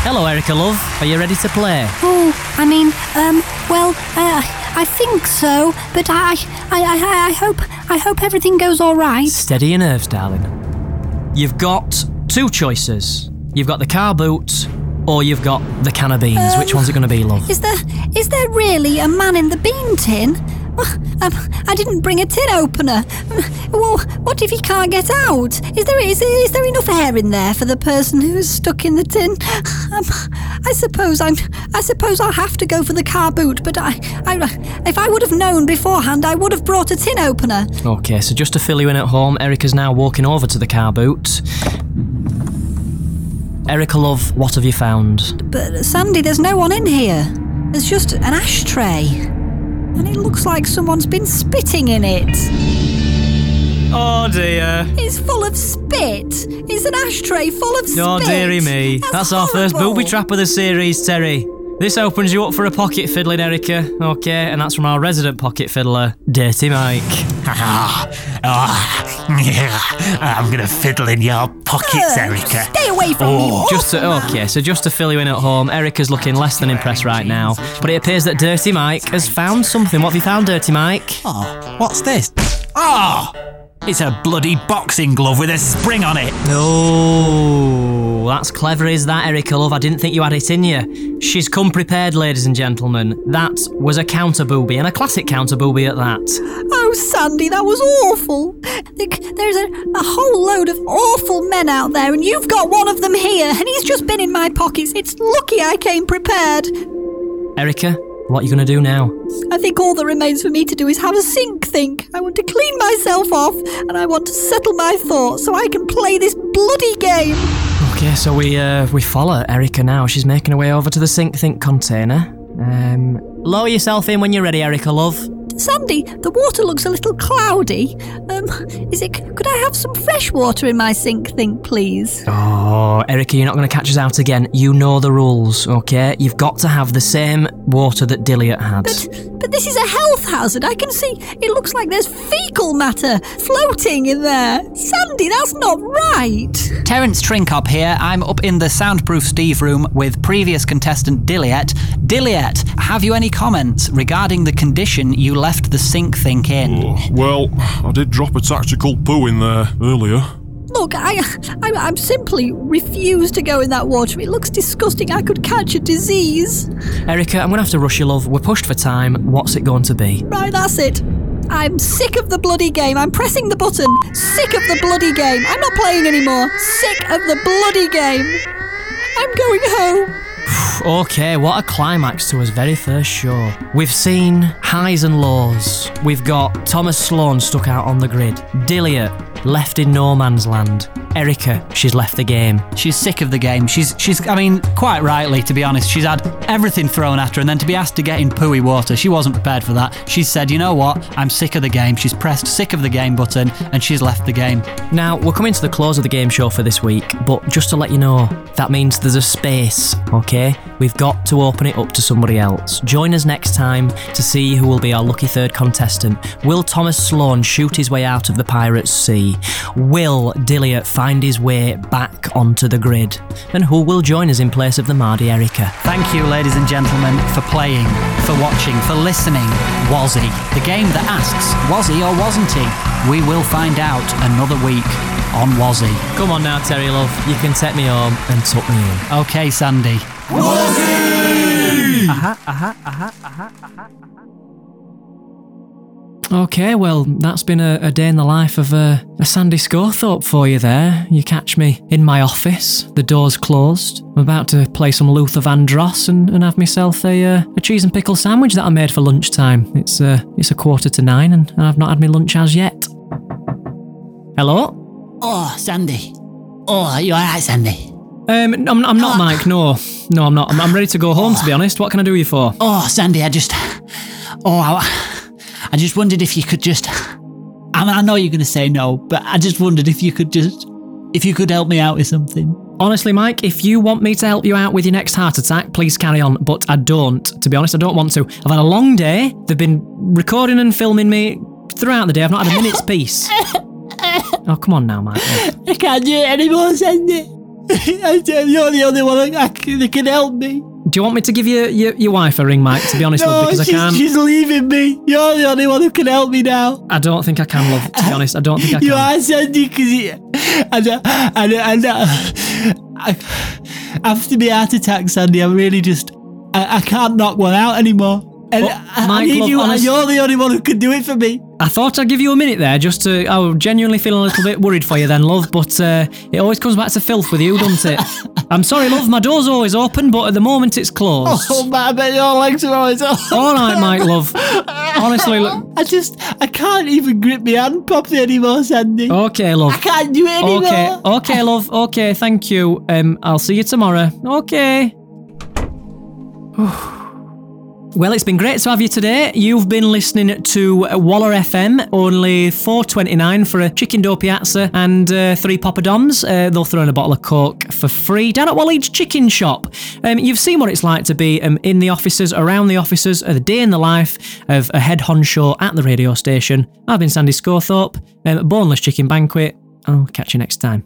S4: Hello, Erica Love. Are you ready to play?
S22: Oh, I mean, um, Well, uh, I think so, but I, I, I, I hope, I hope everything goes all right.
S31: Steady your nerves, darling. You've got two choices. You've got the car boot, or you've got the can of beans.
S22: Um,
S31: Which one's it going to be, love?
S22: Is there, is there really a man in the bean tin? Ugh, Um, I didn't bring a tin opener. Mm, Well, what if he can't get out? Is there is, is there enough air in there for the person who's stuck in the tin? Um, I suppose I'm. I suppose I'll have to go for the car boot. But I, I if I would have known beforehand, I would have brought a tin opener.
S4: Okay, so just to fill you in at home, Erica's now walking over to the car boot. Erica, love, what have you found?
S22: But uh, Sandy, there's no one in here. There's just an ashtray, and it looks like someone's been spitting in it.
S31: Oh dear.
S22: It's full of spit. It's an ashtray full of spit.
S31: Oh, dearie me. That's, our first booby trap of the series, Terry. This opens you up for a pocket fiddling, Erica. Okay, and that's from our resident pocket fiddler, Dirty Mike.
S3: Ah, I'm gonna fiddle in your pockets, Erica.
S22: Stay away from me.
S3: Oh.
S22: What?
S31: Just to, okay, so just to fill you in at home, Erica's looking less than impressed right now. But it appears that Dirty Mike has found something. What have you found, Dirty Mike?
S3: Oh, what's this? Ah! It's a bloody boxing glove with a spring on it.
S31: No, that's clever, is that, Erica Love? I didn't think you had it in you. She's come prepared, ladies and gentlemen. That was a counter booby, and a classic counter booby at that.
S22: Oh, Sandy, that was awful. Th- There's a, a whole load of awful men out there, and you've got one of them here, and he's just been in my pockets. It's lucky I came prepared.
S31: Erica, what are you going to do now?
S22: I think all that remains for me to do is have a sink think. I want to clean myself off, and I want to settle my thoughts so I can play this bloody game.
S4: Okay, so we uh, we follow Erica now. She's making her way over to the Sink Think container. Um, lower yourself in when you're ready, Erica Love.
S22: Sandy, the water looks a little cloudy. Um, is it? Could I have some fresh water in my sink think, please?
S31: Oh, Erica, you're not going to catch us out again. You know the rules, okay? You've got to have the same water that Dilliot had.
S22: But this is a health hazard. I can see it looks like there's fecal matter floating in there. Sandy, that's not right.
S3: Terence Trinkop here. I'm up in the soundproof Steve room with previous contestant Dilliet. Dilliet, have you any comments regarding the condition you left the sink think in?
S27: Well, I did drop a tactical poo in there earlier.
S22: Look, I, I, I'm simply refuse to go in that water. It looks disgusting. I could catch a disease.
S4: Erica, I'm going to have to rush you, love. We're pushed for time. What's it going to be?
S22: Right, that's it. I'm sick of the bloody game. I'm pressing the button. Sick of the bloody game. I'm not playing anymore. Sick of the bloody game. I'm going home.
S4: Okay, what a climax to his very first show. We've seen highs and lows. We've got Thomas Sloan stuck out on the grid. Dilliot left in no man's land. Erica, she's left the game.
S3: She's sick of the game. She's she's I mean, quite rightly to be honest, she's had everything thrown at her and then to be asked to get in pooey water. She wasn't prepared for that. She said, "You know what? I'm sick of the game." She's pressed sick of the game button and she's left the game.
S4: Now, we're coming to the close of the game show for this week, but just to let you know, that means there's a space, okay? We've got to open it up to somebody else. Join us next time to see who will be our lucky third contestant. Will Thomas Sloan shoot his way out of the Pirates' Sea? Will Dilliot find his way back onto the grid? And who will join us in place of the Mardy Erica?
S3: Thank you, ladies and gentlemen, for playing, for watching, for listening. Was he? The game that asks, was he or wasn't he? We will find out another week on Was he.
S4: Come on now, Terry Love. You can take me home and tuck me in.
S3: Okay, Sandy.
S4: Aha, aha, aha, aha, aha. Okay, well, that's been a, a day in the life of uh, a Sandy Scorthorpe for you there. You catch me in my office, the door's closed. I'm about to play some Luther Vandross and, and have myself a, uh, a cheese and pickle sandwich that I made for lunchtime. It's, uh, it's a quarter to nine and, and I've not had my lunch as yet. Hello?
S32: Oh, Sandy. Oh, are you alright, Sandy?
S4: Um, I'm, I'm not Mike, no. No, I'm not. I'm, I'm ready to go home, to be honest. What can I do you for?
S32: Oh, Sandy, I just. Oh, I, I just wondered if you could just. I mean, I know you're going to say no, but I just wondered if you could just. If you could help me out with something.
S4: Honestly, Mike, if you want me to help you out with your next heart attack, please carry on. But I don't, to be honest, I don't want to. I've had a long day. They've been recording and filming me throughout the day. I've not had a minute's peace. Oh, come on now, Mike.
S32: I can't do it anymore, Sandy. I'm the only, only one that can, that can help me.
S4: Do you want me to give your, your, your wife a ring, Mike, to be honest,
S12: no,
S4: love? Because
S12: she's,
S4: I can't.
S12: she's leaving me. You're the only one who can help me now.
S4: I don't think I can, love, to be honest. I don't think I can.
S12: You are Sandy because and uh, and uh, and uh, I- after my heart attack, Sandy, I'm really just I, I can't knock one out anymore. And
S4: Well,
S12: I, I
S4: Mike,
S12: need
S4: love,
S12: you. and
S4: honest-
S12: You're the only one who can do it for me.
S4: I thought I'd give you a minute there just to. I was genuinely feeling a little bit worried for you then, love, but uh, it always comes back to filth with you, doesn't it? I'm sorry, love, my door's always open, but at the moment it's closed.
S12: Oh, man, I bet your legs are always off.
S4: All right, Mike, love. Honestly, look.
S12: I just, I can't even grip my hand properly anymore, Sandy.
S4: Okay, love.
S12: I can't do it anymore.
S4: Okay, okay, love. Okay, thank you. Um, I'll see you tomorrow. Oh, Okay. Well, it's been great to have you today. You've been listening to Waller FM, only 4.29 for a chicken dough piazza and uh, three Papa Doms. Uh, they'll throw in a bottle of Coke for free down at Wally's Chicken Shop. Um, you've seen what it's like to be um, in the offices, around the offices, a day in the life of a head honcho at the radio station. I've been Sandy Scorthorpe, um, Boneless Chicken Banquet. I'll catch you next time.